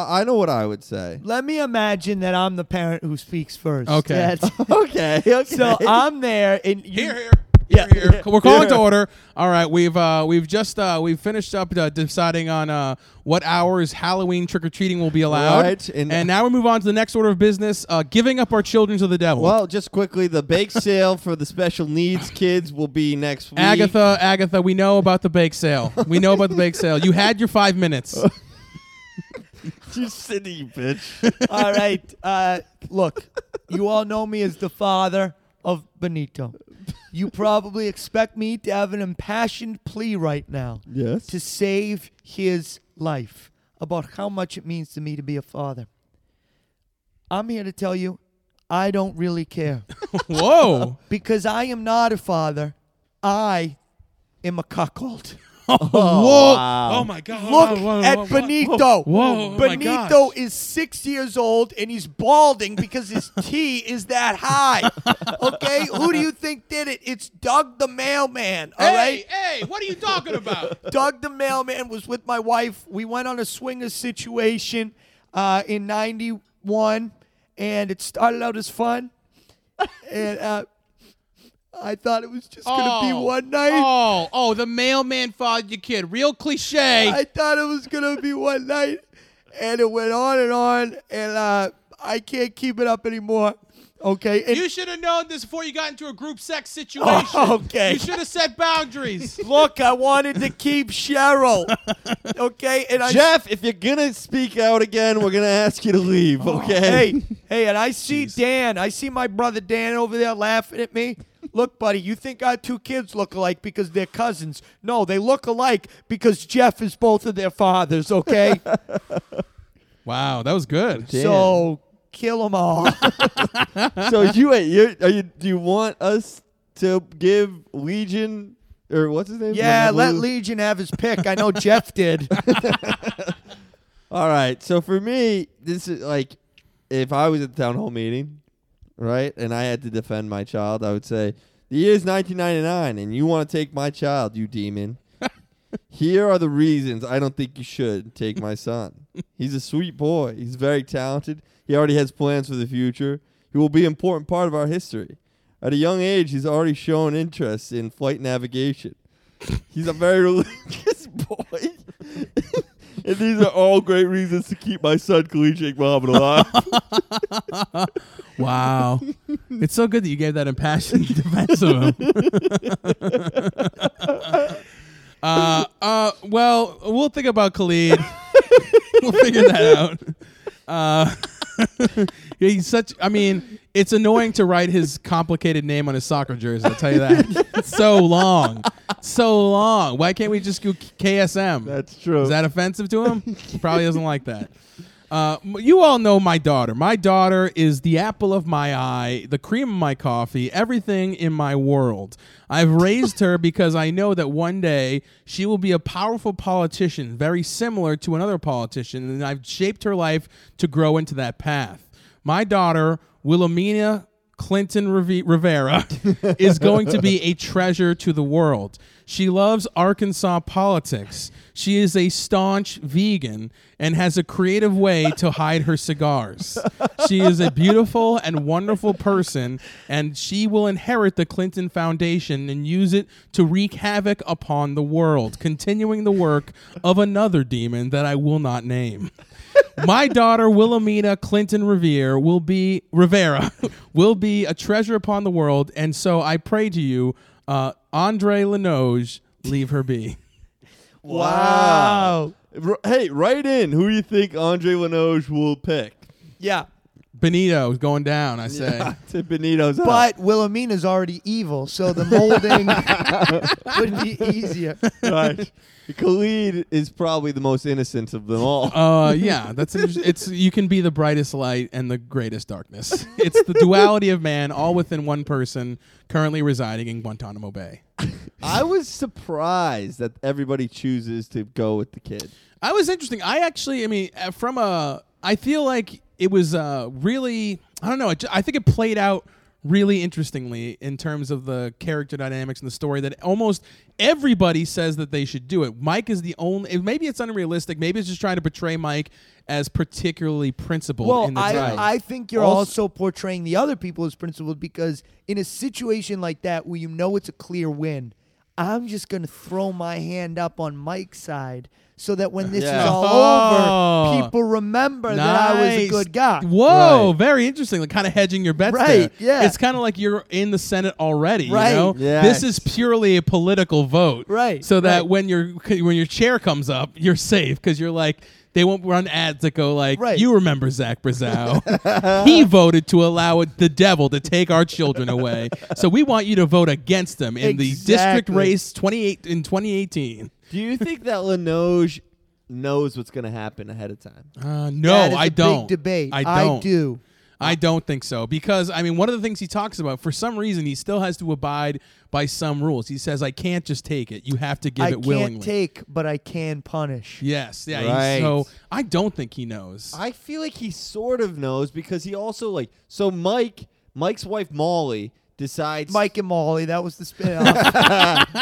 Speaker 3: I I know what I would say.
Speaker 1: Let me imagine that I'm the parent who speaks first.
Speaker 2: Okay.
Speaker 1: That's-
Speaker 3: okay, okay.
Speaker 1: so I'm there, and you,
Speaker 2: here, here.
Speaker 1: Yeah.
Speaker 2: Here, here. We're calling to order. All right, we've uh, we've just uh, we've finished up uh, deciding on uh, what hours Halloween trick or treating will be allowed,
Speaker 3: Right,
Speaker 2: and,
Speaker 3: and-
Speaker 2: now we move on to the next order of business: uh, giving up our children to the devil.
Speaker 3: Well, just quickly, the bake sale for the special needs kids will be next week.
Speaker 2: Agatha, Agatha, we know about the bake sale. We know about the bake sale. You had your five minutes.
Speaker 3: you city bitch.
Speaker 1: All right. Uh, look, you all know me as the father of Benito. You probably expect me to have an impassioned plea right now
Speaker 3: Yes.
Speaker 1: to save his life about how much it means to me to be a father. I'm here to tell you, I don't really care
Speaker 2: Whoa!
Speaker 1: because I am not a father. I am a cuckold.
Speaker 2: Whoa! Oh my God!
Speaker 1: Look
Speaker 2: Whoa, whoa,
Speaker 1: at
Speaker 2: whoa, whoa.
Speaker 1: Benito.
Speaker 2: Whoa, oh my
Speaker 1: Benito
Speaker 2: gosh.
Speaker 1: is six years old and he's balding because his T is that high. Okay, who do you think did it? It's Doug the mailman. All
Speaker 2: Hey,
Speaker 1: right,
Speaker 2: hey! What are you talking about?
Speaker 1: Doug the mailman was with my wife. We went on a swingers situation uh, in '91, and it started out as fun, and uh, I thought it was just gonna be one night.
Speaker 2: Oh, oh, the mailman fathered your kid. Real cliche.
Speaker 1: I thought it was gonna be one night, and it went on and on, and uh, I can't keep it up anymore. Okay, and
Speaker 2: you should have known this before you got into a group sex situation.
Speaker 1: okay.
Speaker 2: You should have set boundaries.
Speaker 1: look, I wanted to keep Cheryl. Okay, and I
Speaker 3: Jeff, if you're gonna speak out again, we're gonna ask you to leave. Okay.
Speaker 1: Oh, hey hey, and I see Dan. I see my brother Dan over there laughing at me. Look, buddy, you think our two kids look alike because they're cousins? No, they look alike because Jeff is both of their fathers. Okay,
Speaker 2: wow, that was good.
Speaker 1: so kill them all.
Speaker 3: so you wait. You're, are you? Do you want us to give Legion or what's his name?
Speaker 1: yeah, let
Speaker 3: Blue-
Speaker 1: Legion have his pick. I know Jeff did.
Speaker 3: All right. So for me, this is like if I was at the town hall meeting, right, and I had to defend my child, I would say, "The year's 1999, and you want to take my child, you demon." Here are the reasons I don't think you should take my son. He's a sweet boy. He's very talented. He already has plans for the future. He will be an important part of our history. At a young age, he's already shown interest in flight navigation. He's a very religious boy. and these are all great reasons to keep my son collegiate Muhammad alive.
Speaker 2: Wow. it's so good that you gave that impassioned defense of him. uh, uh, well, we'll think about Khalid. we'll figure that out. Uh, he's such. I mean, it's annoying to write his complicated name on his soccer jersey. I'll tell you that. It's so long, so long. Why can't we just go KSM?
Speaker 3: That's true.
Speaker 2: Is that offensive to him? He Probably doesn't like that. Uh, m- you all know my daughter. My daughter is the apple of my eye, the cream of my coffee, everything in my world. I've raised her because I know that one day she will be a powerful politician, very similar to another politician, and I've shaped her life to grow into that path. My daughter, Wilhelmina Clinton Rive- Rivera is going to be a treasure to the world. She loves Arkansas politics. She is a staunch vegan and has a creative way to hide her cigars. She is a beautiful and wonderful person, and she will inherit the Clinton Foundation and use it to wreak havoc upon the world, continuing the work of another demon that I will not name. My daughter Wilhelmina Clinton Revere will be Rivera will be a treasure upon the world, and so I pray to you, uh, Andre Lenoge, leave her be.
Speaker 1: Wow.
Speaker 5: R- hey, write in. Who do you think Andre Lenoge will pick?
Speaker 1: Yeah.
Speaker 2: Benito is going down. I say.
Speaker 5: to Benito's up.
Speaker 1: But Wilhelmina's already evil, so the molding would be easier.
Speaker 5: Right.
Speaker 3: Khalid is probably the most innocent of them all.
Speaker 2: Uh, yeah, that's inter- it's you can be the brightest light and the greatest darkness. It's the duality of man, all within one person, currently residing in Guantanamo Bay.
Speaker 3: I was surprised that everybody chooses to go with the kid.
Speaker 2: I was interesting. I actually, I mean, uh, from a, I feel like it was uh, really, I don't know. It, ju- I think it played out really interestingly in terms of the character dynamics and the story that almost everybody says that they should do it. Mike is the only, and maybe it's unrealistic. Maybe it's just trying to portray Mike as particularly principled
Speaker 1: Well,
Speaker 2: in the
Speaker 1: I,
Speaker 2: trial.
Speaker 1: I think you're
Speaker 2: Also-
Speaker 1: also portraying the other people as principled because in a situation like that where you know it's a clear win, I'm just going to throw my hand up on Mike's side so that when this
Speaker 3: Yeah.
Speaker 1: is all
Speaker 2: Oh.
Speaker 1: over, people remember that I was a
Speaker 2: Nice.
Speaker 1: good guy.
Speaker 2: Whoa,
Speaker 3: Right.
Speaker 2: very interesting. Like kind of hedging your bets
Speaker 1: Right,
Speaker 2: there.
Speaker 1: yeah.
Speaker 2: It's kind of like you're in the Senate already.
Speaker 1: Right.
Speaker 2: You know,
Speaker 3: Yes.
Speaker 2: this is purely a political vote.
Speaker 1: Right,
Speaker 2: So that
Speaker 1: right.
Speaker 2: when your when your chair comes up, you're safe because you're like they won't run ads that go like,
Speaker 1: Right.
Speaker 2: "You remember Zach Brazow? he voted to allow the devil to take our children away. So we want you to vote against him in the district
Speaker 1: Exactly.
Speaker 2: race 28 in 2018."
Speaker 3: Do you think that Lenoge knows what's going to happen ahead of time?
Speaker 2: Uh,
Speaker 1: That
Speaker 2: no,
Speaker 1: is
Speaker 2: I
Speaker 1: a
Speaker 2: don't.
Speaker 1: Big debate.
Speaker 2: I don't.
Speaker 1: do.
Speaker 2: I don't think so because I mean one of the things he talks about for some reason he still has to abide by some rules. He says I can't just take it. You have to give
Speaker 1: I
Speaker 2: it
Speaker 1: can't
Speaker 2: willingly.
Speaker 1: take, but I can punish.
Speaker 2: yes, yeah.
Speaker 3: Right.
Speaker 2: He, so I don't think he knows.
Speaker 3: I feel like he sort of knows because he also like so Mike Mike's wife Molly decides
Speaker 1: Mike and Molly, that was the spin-off.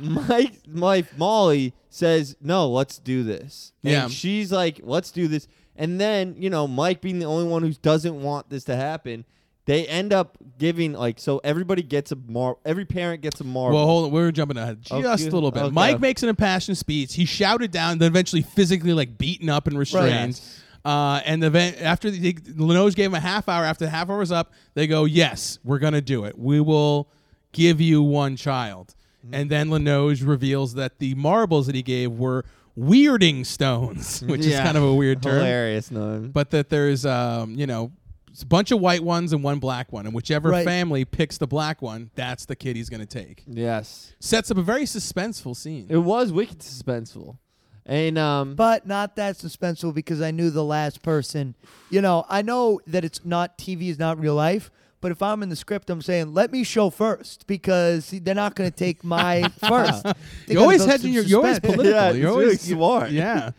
Speaker 3: Mike wife Molly says no let's do this and
Speaker 2: Yeah.
Speaker 3: she's like let's do this and then you know Mike being the only one who doesn't want this to happen they end up giving like so everybody gets a mar every parent gets a marble
Speaker 2: well, hold on. We're jumping ahead just
Speaker 3: Okay,
Speaker 2: a little bit.
Speaker 3: Oh, okay.
Speaker 2: Mike makes an impassioned speech. He shouted down, then eventually physically like beaten up and restrained.
Speaker 3: Yes.
Speaker 2: Uh, and the event after the, Lenoge gave him a half hour. After the half hour was up, they go, "Yes, we're gonna do it. We will give you one child."
Speaker 3: Hmm.
Speaker 2: And then Lenoge reveals that the marbles that he gave were weirding stones, which is
Speaker 3: Yeah.
Speaker 2: kind of a weird term
Speaker 3: hilarious no
Speaker 2: but that there's um, you know s- a bunch of white ones and one black one and whichever
Speaker 1: Right.
Speaker 2: family picks the black one that's the kid he's going to take
Speaker 3: yes
Speaker 2: sets up a very suspenseful scene
Speaker 3: it was wicked suspenseful and um
Speaker 1: but not that suspenseful because I knew the last person. You know, I know that it's not TV is not real life, but if I'm in the script, I'm saying let me show first because they're not going to take my first. They
Speaker 2: you
Speaker 1: gotta
Speaker 2: always
Speaker 1: build
Speaker 2: hedging
Speaker 1: some
Speaker 2: your you're always
Speaker 1: suspense.
Speaker 2: political
Speaker 3: Yeah,
Speaker 2: you're
Speaker 3: it's
Speaker 2: always
Speaker 3: really smart.
Speaker 2: yeah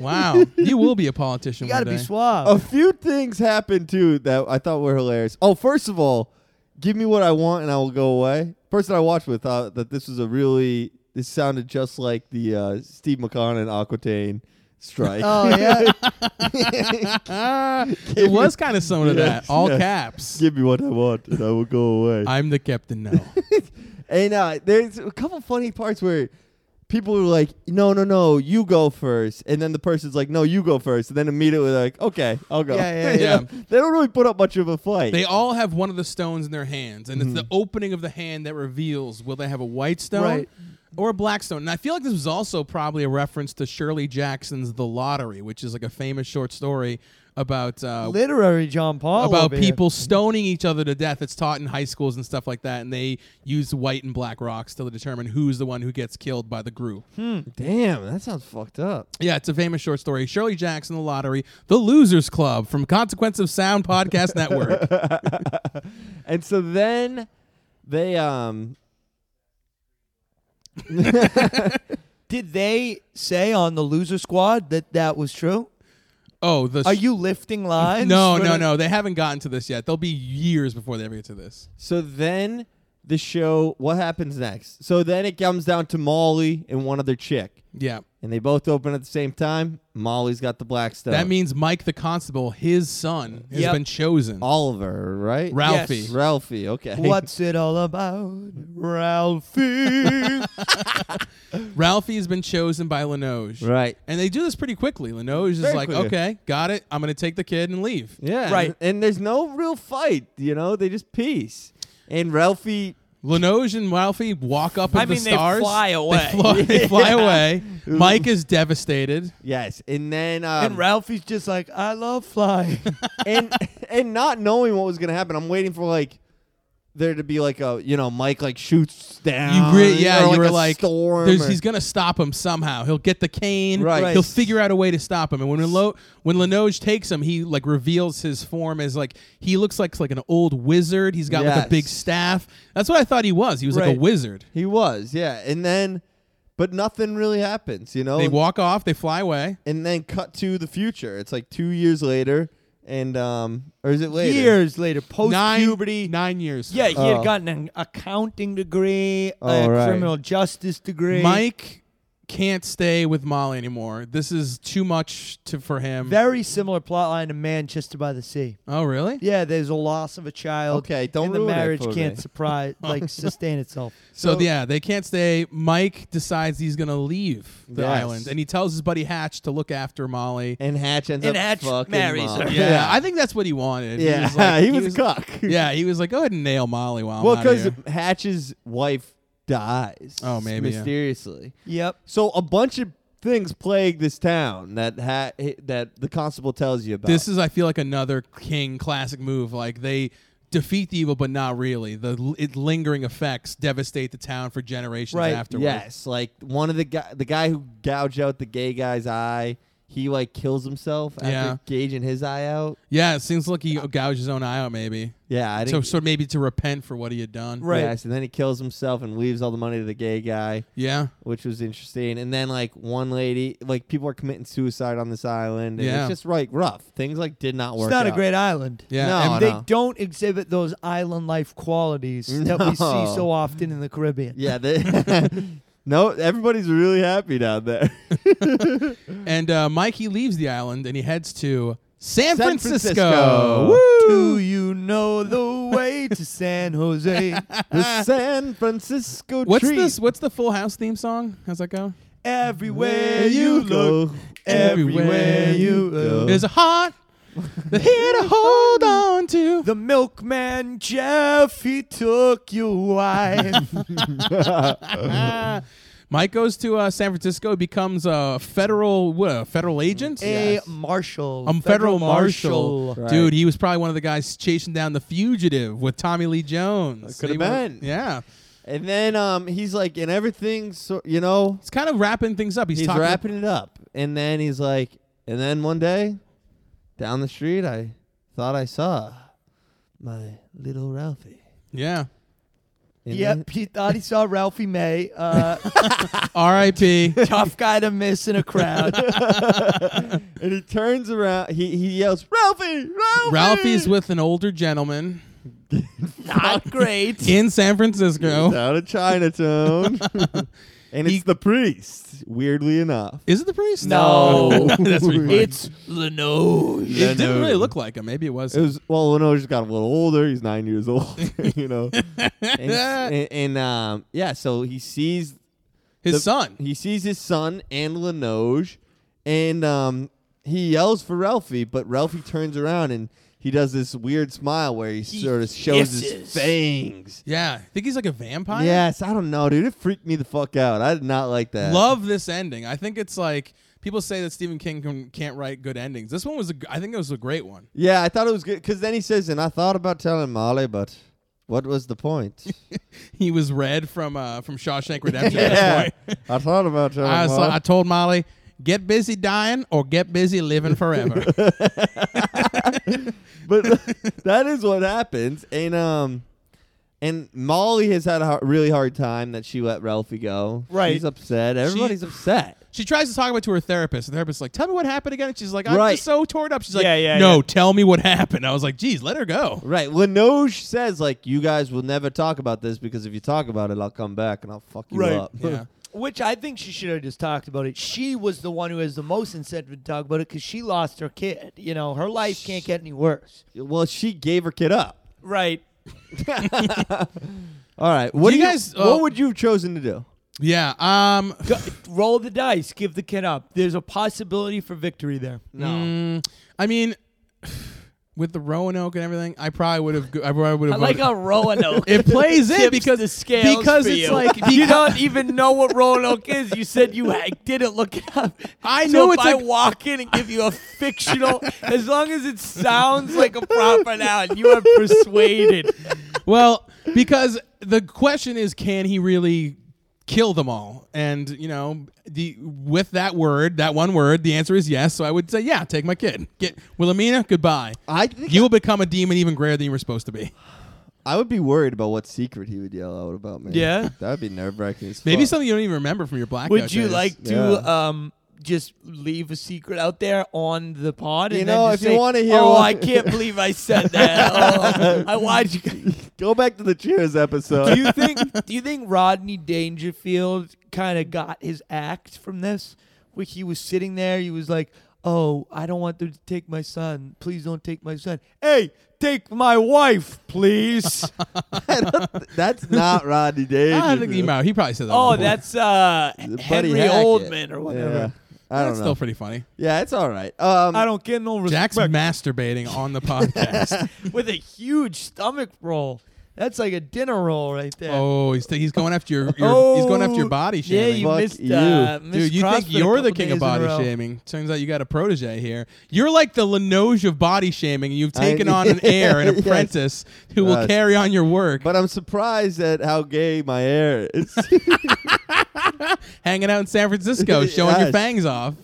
Speaker 2: wow you will be a politician
Speaker 1: You got to
Speaker 2: one
Speaker 1: be
Speaker 2: day.
Speaker 1: suave.
Speaker 3: a few things happened too that I thought were hilarious. Oh, first of all, give me what I want and I will go away. Person I watched with thought that this was a really this sounded just like the uh, Steve McCon and Aquitaine strike.
Speaker 1: Oh yeah,
Speaker 2: Ah, it was kind of some of
Speaker 3: Yes,
Speaker 2: that all
Speaker 3: yes.
Speaker 2: caps
Speaker 3: give me what I want and I will go away.
Speaker 2: i'm the captain now
Speaker 3: and uh, there's a couple funny parts where people were like, "No, no, no, you go first. and then the person's like, "No, you go first. and then immediately like, "Okay, I'll go."
Speaker 1: Yeah, yeah,
Speaker 3: You know,
Speaker 2: yeah.
Speaker 3: They don't really put up much of a fight.
Speaker 2: they all have one of the stones in their hands and it's the opening of the hand that reveals will they have a white stone
Speaker 1: Right.
Speaker 2: or a black stone and i feel like this was also probably a reference to shirley jackson's the lottery which is like a famous short story about uh,
Speaker 1: literary John Paul
Speaker 2: about
Speaker 1: over here.
Speaker 2: people stoning each other to death. It's taught in high schools and stuff like that, and they use white and black rocks to determine who's the one who gets killed by the group.
Speaker 3: Damn, that sounds fucked up.
Speaker 2: Yeah, it's a famous short story. Shirley Jackson, The Lottery, The Losers Club from Consequence of Sound Podcast Network.
Speaker 3: And so then they um
Speaker 1: Did they say on the loser squad that that was true?
Speaker 2: Oh, the
Speaker 1: Are
Speaker 2: s-
Speaker 1: you lifting lines?
Speaker 2: No,
Speaker 1: for
Speaker 2: no,
Speaker 1: the-
Speaker 2: no. They haven't gotten to this yet. They'll be years before they ever get to this.
Speaker 3: So then the show, what happens next? So then it comes down to Molly and one other chick,
Speaker 2: Yeah.
Speaker 3: and they both open at the same time. Molly's got the black stuff.
Speaker 2: That means Mike the Constable, his son, has
Speaker 1: Yep.
Speaker 2: been chosen.
Speaker 3: Oliver, right?
Speaker 2: Ralphie.
Speaker 1: Yes.
Speaker 3: Ralphie. Okay.
Speaker 1: What's it all about, Ralphie?
Speaker 2: Ralphie has been chosen by Linoge.
Speaker 3: Right.
Speaker 2: And they do this pretty quickly. Linoge is
Speaker 3: Very
Speaker 2: like,
Speaker 3: quickly.
Speaker 2: okay, got it. I'm going to take the kid and leave.
Speaker 3: Yeah.
Speaker 1: Right.
Speaker 3: And, and there's no real fight. You know, they just peace. And Ralphie.
Speaker 2: Linoge and Ralphie walk up at
Speaker 1: I
Speaker 2: the
Speaker 1: mean, they
Speaker 2: stars.
Speaker 1: fly away.
Speaker 2: They fly, they fly away. Mike is devastated.
Speaker 3: Yes, and then um,
Speaker 1: and Ralphie's just like, I love flying.
Speaker 3: and and not knowing what was gonna happen, I'm waiting for like there to be like a you know Mike like shoots down.
Speaker 2: You re- yeah,
Speaker 3: or,
Speaker 2: you
Speaker 3: Uh, like
Speaker 2: were
Speaker 3: a
Speaker 2: like,
Speaker 3: storm.
Speaker 2: there's-
Speaker 3: or-
Speaker 2: he's gonna stop him somehow. He'll get the cane.
Speaker 3: Right.
Speaker 2: He'll figure out a way to stop him. And when Lino- when Linoge takes him, he like reveals his form as like he looks like like an old wizard. He's got like
Speaker 3: Yes.
Speaker 2: a big staff. That's what I thought he was. He was like
Speaker 1: Right.
Speaker 2: a wizard.
Speaker 3: he was yeah, and then but nothing really happens, you know.
Speaker 2: They walk off. They fly away.
Speaker 3: and then cut to the future. It's like two years later, and um, or is it later?
Speaker 1: Years later, post
Speaker 2: Nine
Speaker 1: puberty.
Speaker 2: Nine years.
Speaker 1: Yeah, he had
Speaker 3: Oh.
Speaker 1: gotten an accounting degree,
Speaker 3: Oh,
Speaker 1: a
Speaker 3: right.
Speaker 1: criminal justice degree.
Speaker 2: Mike can't stay with Molly anymore. This is too much to for him.
Speaker 1: Very similar plot line to Manchester by the Sea.
Speaker 2: oh really?
Speaker 1: Yeah, there's a loss of a child.
Speaker 3: Okay, don't
Speaker 1: and the
Speaker 3: ruin it
Speaker 1: marriage
Speaker 3: for
Speaker 1: can't
Speaker 3: me.
Speaker 1: surprise like sustain itself.
Speaker 2: So, yeah, they can't stay. Mike decides he's gonna leave the
Speaker 3: Yes.
Speaker 2: island, and he tells his buddy Hatch to look after Molly.
Speaker 3: And Hatch ends
Speaker 1: And
Speaker 3: up
Speaker 1: Hatch
Speaker 3: fucking
Speaker 1: marries
Speaker 3: Molly.
Speaker 1: her.
Speaker 2: Yeah, I think that's what he wanted.
Speaker 3: yeah.
Speaker 2: he was, like,
Speaker 3: he was, a cuck.
Speaker 2: Yeah, he was like, go ahead and nail Molly while
Speaker 3: well,
Speaker 2: I'm out of
Speaker 3: because
Speaker 2: here.
Speaker 3: Hatch's wife dies.
Speaker 2: Oh, maybe, yeah.
Speaker 3: mysteriously.
Speaker 1: Yep.
Speaker 3: So a bunch of things plague this town that ha- that the constable tells you about.
Speaker 2: this is, I feel like, another King classic move. Like they defeat the evil, but not really. The l- it lingering effects devastate the town for generations
Speaker 1: Right,
Speaker 2: afterwards.
Speaker 3: yes, like one of the guy, the guy who gouged out the gay guy's eye, he like kills himself after
Speaker 2: Yeah.
Speaker 3: gauging his eye out.
Speaker 2: Yeah, it seems like he gouged his own eye out, maybe.
Speaker 3: Yeah, I
Speaker 2: So,
Speaker 3: didn't.
Speaker 2: so maybe to repent for what he had done.
Speaker 1: Right.
Speaker 3: Yes, and then he kills himself and leaves all the money to the gay guy,
Speaker 2: Yeah.
Speaker 3: which was interesting. And then like one lady, like people are committing suicide on this island. And
Speaker 2: Yeah.
Speaker 3: it's just like rough. Things like did not work.
Speaker 1: It's not a
Speaker 3: out.
Speaker 1: great island.
Speaker 2: Yeah.
Speaker 3: No,
Speaker 2: and
Speaker 1: They
Speaker 3: no.
Speaker 1: don't exhibit those island life qualities that we see
Speaker 3: No.
Speaker 1: so often in the Caribbean.
Speaker 3: Yeah. They, no, everybody's really happy down there.
Speaker 2: and uh, Mike, he leaves the island and he heads to San,
Speaker 3: San
Speaker 2: Francisco.
Speaker 3: Francisco.
Speaker 2: Woo!
Speaker 1: Do you know the way to San Jose?
Speaker 3: the San Francisco
Speaker 2: Ah. What's
Speaker 3: tree.
Speaker 2: this? What's the Full House theme song? How's that go?
Speaker 1: Everywhere you look, everywhere you go.
Speaker 2: There's a heart that here to hold on to.
Speaker 1: The milkman Jeff, he took your wife.
Speaker 2: Ah. Mike goes to uh, San Francisco, becomes a federal what, a federal agent.
Speaker 1: a marshal.
Speaker 2: Um, federal, marshal,
Speaker 3: marshal.
Speaker 2: dude.
Speaker 3: Right.
Speaker 2: He was probably one of the guys chasing down the fugitive with Tommy Lee Jones.
Speaker 3: That coulda
Speaker 2: He wa-
Speaker 3: been.
Speaker 2: yeah.
Speaker 3: And then um, he's like, and everything's, so, you know,
Speaker 2: It's kind of wrapping things up. He's,
Speaker 3: he's,
Speaker 2: talking.
Speaker 3: wrapping it up. And then he's like, and then one day, down the street, I thought I saw my little Ralphie.
Speaker 2: yeah.
Speaker 3: And
Speaker 1: Yep, he thought he saw Ralphie May, uh,
Speaker 2: R.I.P.
Speaker 1: tough guy to miss in a crowd.
Speaker 3: then- and he turns around. He he yells, Ralphie, Ralphie.
Speaker 2: Ralphie's with an older gentleman
Speaker 1: Not great.
Speaker 2: in San Francisco.
Speaker 3: down to Chinatown, and
Speaker 2: He-
Speaker 3: it's the priest. Weirdly enough,
Speaker 2: Is it the priest?
Speaker 1: No.
Speaker 2: That's what you-
Speaker 1: it's Lenoge.
Speaker 2: It didn't really look like him. Maybe it was.
Speaker 3: It was well, Leno just got a little older. He's nine years old, you know. and, and, and, um, yeah, so he sees
Speaker 2: his
Speaker 3: the-
Speaker 2: son.
Speaker 3: He sees his son and Lenoge, and um, he yells for Ralphie, but Ralphie turns around and he does this weird smile where he, sort of shows his
Speaker 1: hisses.
Speaker 3: fangs.
Speaker 2: Yeah, I think he's like a vampire.
Speaker 3: Yes, I don't know, dude. It freaked me the fuck out. I did not like that.
Speaker 2: love this ending. I think it's like people say that Stephen King can, can't write good endings. This one was, a g I think it was a great one.
Speaker 3: Yeah, I thought it was good because then he says, and I thought about telling Molly, but what was the point?
Speaker 2: He was read from uh, from Shawshank Redemption. at this
Speaker 3: yeah,
Speaker 2: point.
Speaker 3: I thought about telling
Speaker 2: I, was
Speaker 3: Molly.
Speaker 2: like- I told Molly, get busy dying or get busy living forever.
Speaker 3: but that is what happens and um and molly has had a har really hard time that she let ralphie go
Speaker 1: Right.
Speaker 3: she's upset everybody's upset
Speaker 2: She tries to talk about it to her therapist. The therapist's like, "Tell me what happened again." And she's like, "I'm
Speaker 3: Right.
Speaker 2: just so torn up." She's like,
Speaker 1: Yeah, yeah,
Speaker 2: "No,
Speaker 1: yeah.
Speaker 2: tell me what happened." I was like, "Geez, let her go."
Speaker 3: Right. Lenoge says, like, you guys will never talk about this because if you talk about it, I'll come back and I'll fuck you
Speaker 1: Right.
Speaker 3: up.
Speaker 2: Yeah.
Speaker 1: Which I think she should have just talked about it. She was the one who has the most incentive to talk about it because she lost her kid. You know, her life can't get any worse.
Speaker 3: well, she gave her kid up.
Speaker 1: Right.
Speaker 3: All right. What
Speaker 2: Do
Speaker 3: do
Speaker 2: you
Speaker 3: you
Speaker 2: guys, uh,
Speaker 3: what would you have chosen to do?
Speaker 2: Yeah. Um.
Speaker 1: Go, roll the dice. Give the kid up. There's a possibility for victory there.
Speaker 3: No.
Speaker 2: mm, I mean, with the Roanoke and everything, I probably would have. I probably would
Speaker 1: I
Speaker 2: have.
Speaker 1: like how Roanoke.
Speaker 2: it plays in
Speaker 1: tips
Speaker 2: because
Speaker 1: the scales
Speaker 2: because
Speaker 1: for
Speaker 2: it's
Speaker 1: you.
Speaker 2: like
Speaker 1: you don't even know what Roanoke is. You said you ha- didn't look it up.
Speaker 2: I
Speaker 1: So
Speaker 2: know
Speaker 1: if
Speaker 2: it's
Speaker 1: I
Speaker 2: a-
Speaker 1: walk in and give you a fictional, as long as it sounds like a proper noun, you are persuaded.
Speaker 2: well, because the question is, can he really kill them all? And you know, the with that word, that one word, the answer is yes. So I would say, yeah, take my kid. Get Wilhelmina. Goodbye.
Speaker 3: I think
Speaker 2: You will become a demon even greater than you were supposed to be.
Speaker 3: I would be worried about what secret he would yell out about me.
Speaker 1: Yeah?
Speaker 3: That'd be nerve wracking.
Speaker 2: Maybe something you don't even remember from your blackout.
Speaker 1: Would you
Speaker 2: days.
Speaker 1: like to
Speaker 3: Yeah.
Speaker 1: um just leave a secret out there on the pod?
Speaker 3: You
Speaker 1: and then
Speaker 3: know,
Speaker 1: just
Speaker 3: if you
Speaker 1: say,
Speaker 3: wanna hear
Speaker 1: oh,
Speaker 3: one-
Speaker 1: I can't believe I said that. Oh, I watched. You. guys."
Speaker 3: Go back to the Cheers episode.
Speaker 1: Do you think? Do you think Rodney Dangerfield kind of got his act from this? Where he was sitting there, he was like, "Oh, I don't want them to take my son. Please don't take my son. Hey, take my wife, please."
Speaker 3: Oh, I don't th- that's not Rodney Dangerfield.
Speaker 2: I think he, might- he probably said that.
Speaker 1: oh,
Speaker 2: before.
Speaker 1: that's uh,
Speaker 3: Buddy
Speaker 1: Henry
Speaker 3: Hackett.
Speaker 1: Oldman or whatever.
Speaker 3: Yeah. I don't
Speaker 2: That's
Speaker 3: know.
Speaker 2: still pretty funny.
Speaker 3: yeah, it's all right. Um,
Speaker 1: I don't get no respect
Speaker 2: Jack's masturbating on the podcast.
Speaker 1: with a huge stomach roll. That's like a dinner roll right there.
Speaker 2: oh, he's, he's going after your, your he's going after your body
Speaker 1: Oh, Yeah,
Speaker 2: shaming.
Speaker 1: you
Speaker 3: Fuck
Speaker 1: missed.
Speaker 3: you.
Speaker 1: Uh, missed
Speaker 2: Dude, you think
Speaker 1: CrossFit a
Speaker 2: you're the
Speaker 1: couple
Speaker 2: king
Speaker 1: days in
Speaker 2: of
Speaker 1: a
Speaker 2: body
Speaker 1: row.
Speaker 2: shaming? Turns out you got a protege here. You're like the Linoge of body shaming. You've
Speaker 3: I-
Speaker 2: taken on an heir, an
Speaker 3: Yes.
Speaker 2: apprentice who will
Speaker 3: Yes.
Speaker 2: carry on your work,
Speaker 3: but I'm surprised at how gay my hair is.
Speaker 2: hanging out in San Francisco, showing your
Speaker 3: Yes.
Speaker 2: fangs off.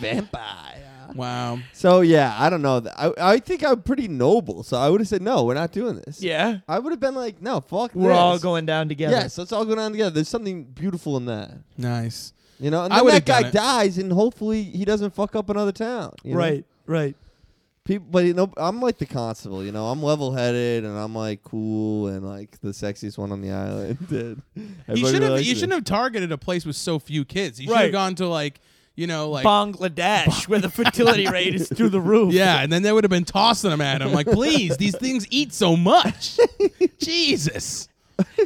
Speaker 3: Vampire.
Speaker 2: Wow.
Speaker 3: So yeah, I don't know. Th- I I think I'm pretty noble, so I would have said no. We're not doing this.
Speaker 1: Yeah,
Speaker 3: I would have been like, no, fuck.
Speaker 1: we're
Speaker 3: this.
Speaker 1: all going down together.
Speaker 3: Yes, let's all go down together. There's something beautiful in that,
Speaker 2: Nice.
Speaker 3: you know. And
Speaker 2: I
Speaker 3: then
Speaker 2: would've
Speaker 3: that guy
Speaker 2: done it.
Speaker 3: dies, and hopefully he doesn't fuck up another town. you know?
Speaker 1: Right. Right.
Speaker 3: People, but you know, I'm like the constable. You know, I'm level-headed and I'm like cool and like the sexiest one on the island.
Speaker 2: You
Speaker 3: And everybody
Speaker 2: should have
Speaker 3: likes
Speaker 2: you
Speaker 3: me.
Speaker 2: shouldn't have targeted a place with so few kids. You should have
Speaker 1: Right.
Speaker 2: gone to like you know like
Speaker 1: Bangladesh, where the fertility rate is through the roof.
Speaker 2: Yeah, and then they would have been tossing them at him. Like, please, these things eat so much. Jesus.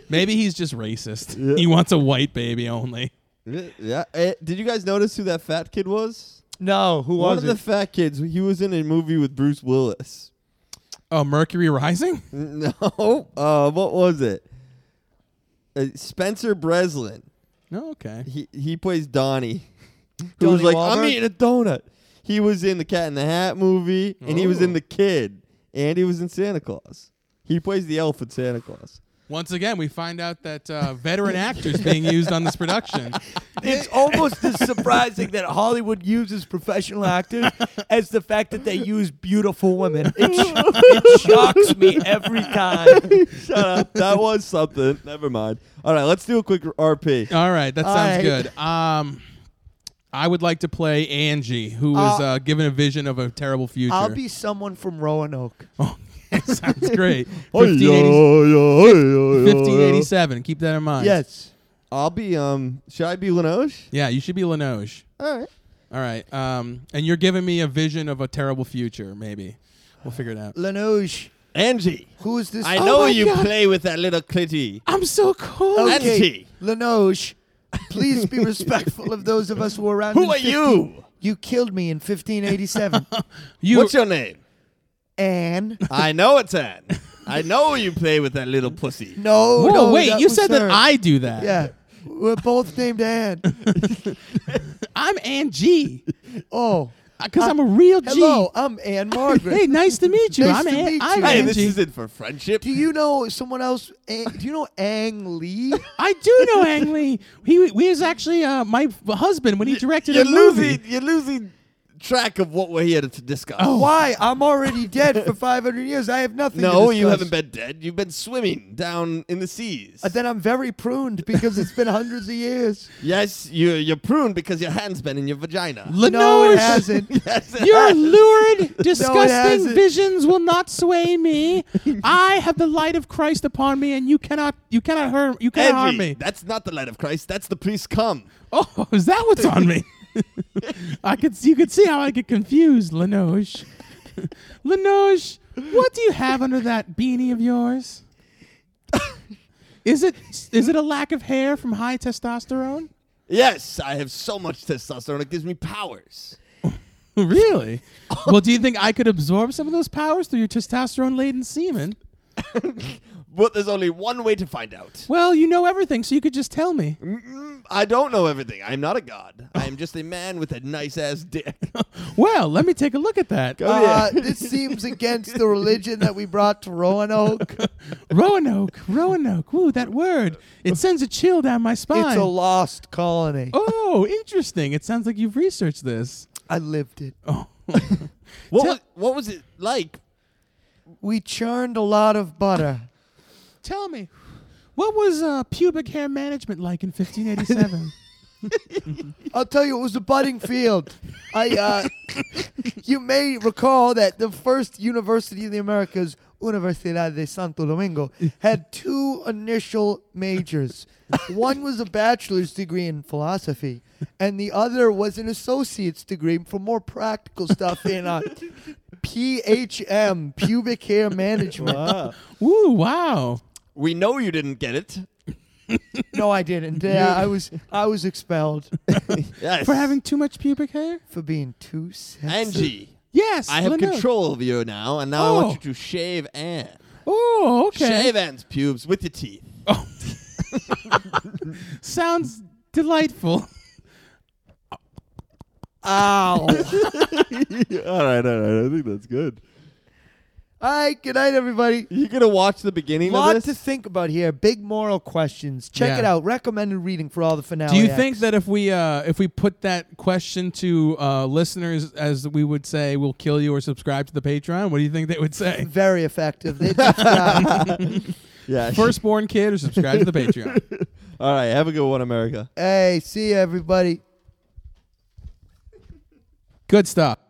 Speaker 2: Maybe he's just racist. He wants a white baby only.
Speaker 3: Yeah. Eh, did you guys notice who that fat kid was?
Speaker 1: No, who
Speaker 3: one
Speaker 1: was
Speaker 3: of
Speaker 1: it?
Speaker 3: the fat kids. He was in a movie with Bruce Willis.
Speaker 2: Oh, Mercury Rising?
Speaker 3: No. Uh, what was it? Uh, Spencer Breslin.
Speaker 2: No, okay.
Speaker 3: He he plays Donnie. Who was
Speaker 1: Donnie
Speaker 3: like, I'm
Speaker 1: Wahlberg?
Speaker 3: eating a donut. He was in the Cat in the Hat movie, and he was in
Speaker 2: Ooh.
Speaker 3: the Kid, and he was in Santa Claus. He plays the elf in Santa Claus.
Speaker 2: Once again, we find out that uh, veteran actors being used on this production.
Speaker 1: it's almost as surprising that Hollywood uses professional actors as the fact that they use beautiful women. It, sh- it shocks me every time.
Speaker 3: Shut up. That was something. Never mind. All right, let's do a quick RP.
Speaker 2: All right, that
Speaker 1: All
Speaker 2: sounds
Speaker 1: right.
Speaker 2: good. Um, I would like to play Angie, who was uh, given a vision of a terrible future.
Speaker 1: I'll be someone from Roanoke.
Speaker 2: Oh, sounds great.
Speaker 3: Hey,
Speaker 2: 1580,
Speaker 3: yo, yo, hey, yo, yo, yo.
Speaker 2: 1587. Keep that in mind.
Speaker 1: Yes.
Speaker 3: I'll be um. Should I be Linoche?
Speaker 2: Yeah, you should be Linoge.
Speaker 3: All right.
Speaker 2: All right. Um, and you're giving me a vision of a terrible future, maybe. We'll figure it out.
Speaker 1: Lanoge,
Speaker 3: Angie.
Speaker 1: who is this?
Speaker 3: I
Speaker 1: Oh
Speaker 3: know
Speaker 1: my
Speaker 3: you
Speaker 1: God.
Speaker 3: play with that little clitty.
Speaker 2: I'm so cool.
Speaker 1: Okay,
Speaker 3: Angie.
Speaker 1: Lanoge, please be respectful of those of us who were around.
Speaker 3: Who
Speaker 1: in
Speaker 3: are
Speaker 1: 15
Speaker 3: you?
Speaker 1: You killed me in 1587.
Speaker 2: You,
Speaker 3: What's your name?
Speaker 1: Anne.
Speaker 3: I know it's Anne. I know you play with that little pussy.
Speaker 1: No,
Speaker 2: Whoa,
Speaker 1: no,
Speaker 2: wait.
Speaker 1: that
Speaker 2: You
Speaker 1: was
Speaker 2: said
Speaker 1: her.
Speaker 2: that I do that.
Speaker 1: Yeah, we're both named Anne.
Speaker 2: I'm Angie.
Speaker 1: Oh,
Speaker 2: Because I'm a real G.
Speaker 1: hello, I'm Anne
Speaker 2: Hey,
Speaker 1: Margaret.
Speaker 2: nice to meet you.
Speaker 1: Nice
Speaker 2: I'm,
Speaker 1: to
Speaker 2: An-
Speaker 1: meet
Speaker 2: I'm
Speaker 1: you.
Speaker 3: Hey,
Speaker 2: Angie.
Speaker 3: this isn't for friendship.
Speaker 1: Do you know someone else? A- Do you know Ang Lee?
Speaker 2: I do know Ang Lee. He, he was actually uh, my f- husband when he directed
Speaker 3: You're
Speaker 2: a movie.
Speaker 3: losing. You're losing track of what we're here to discuss.
Speaker 2: Oh.
Speaker 1: Why? I'm already dead for 500 years. I have nothing. to
Speaker 3: Oh, No, you
Speaker 1: discuss.
Speaker 3: haven't been dead. You've been swimming down in the seas.
Speaker 1: Uh, then I'm very pruned because it's been hundreds of years.
Speaker 3: yes, you you're pruned because your hand's been in your vagina.
Speaker 1: no, it
Speaker 2: Lenosh,
Speaker 1: hasn't.
Speaker 3: yes, it
Speaker 2: Your
Speaker 3: has.
Speaker 2: lurid, disgusting
Speaker 1: hasn't.
Speaker 2: visions will not sway me. I have the light of Christ upon me, and you cannot, you cannot harm, you cannot harm
Speaker 3: Envy.
Speaker 2: me.
Speaker 3: That's not the light of Christ. That's the priest come.
Speaker 2: Oh, is that what's on me? I could, you could see how I get confused, Lenosh. Lenosh, what do you have under that beanie of yours? Is it is it a lack of hair from high testosterone?
Speaker 3: Yes, I have so much testosterone it gives me powers.
Speaker 2: Really? well, do you think I could absorb some of those powers through your testosterone laden semen?
Speaker 3: But there's only one way to find out.
Speaker 2: Well, you know everything, so you could just tell me.
Speaker 3: Mm, I don't know everything. I'm not a god. I am just a man with a nice ass dick.
Speaker 2: Well, let me take a look at that.
Speaker 3: Oh,
Speaker 1: Uh,
Speaker 3: yeah.
Speaker 1: this seems against the religion that we brought to Roanoke.
Speaker 2: Roanoke, Roanoke. Ooh, that word. It sends a chill down my spine.
Speaker 1: It's a lost colony.
Speaker 2: oh, interesting. It sounds like you've researched this.
Speaker 1: I lived it.
Speaker 2: Oh.
Speaker 3: What
Speaker 2: Tell-
Speaker 3: was, what was it like?
Speaker 1: We churned a lot of butter.
Speaker 2: Tell me, what was uh, pubic hair management like in 1587?
Speaker 1: I'll tell you, it was a budding field. I, uh, you may recall that the first university in the Americas, Universidad de Santo Domingo, had two initial majors. One was a bachelor's degree in philosophy, and the other was an associate's degree for more practical stuff in uh, PHM, pubic hair management.
Speaker 2: Ooh, wow.
Speaker 3: We know you didn't get it.
Speaker 1: No, I didn't. Yeah, I was I was expelled
Speaker 3: Yes.
Speaker 2: For having too much pubic hair?
Speaker 1: for being too sexy.
Speaker 3: Angie.
Speaker 2: Yes.
Speaker 3: I have
Speaker 2: Lenoche.
Speaker 3: control of you now, and now I
Speaker 2: Oh.
Speaker 3: want you to shave Anne.
Speaker 2: Oh, okay.
Speaker 3: Shave Anne's pubes with your teeth.
Speaker 2: Oh. Sounds delightful.
Speaker 3: Oh,
Speaker 1: Ow.
Speaker 3: all right, all right. I think that's good.
Speaker 1: All right, good night, everybody.
Speaker 3: You gonna watch the beginning
Speaker 1: lot
Speaker 3: of
Speaker 1: to
Speaker 3: this?
Speaker 1: think about here. Big moral questions. Check
Speaker 2: Yeah.
Speaker 1: it out. Recommended reading for all the finale.
Speaker 2: Do you
Speaker 1: acts.
Speaker 2: think that if we uh, if we put that question to uh, listeners, as we would say, we'll kill you or subscribe to the Patreon? What do you think they would say?
Speaker 1: very effective? They just, uh,
Speaker 3: yeah.
Speaker 2: Firstborn kid or subscribe to the Patreon?
Speaker 3: All right. Have a good one, America.
Speaker 1: hey, see you, everybody.
Speaker 2: Good stuff.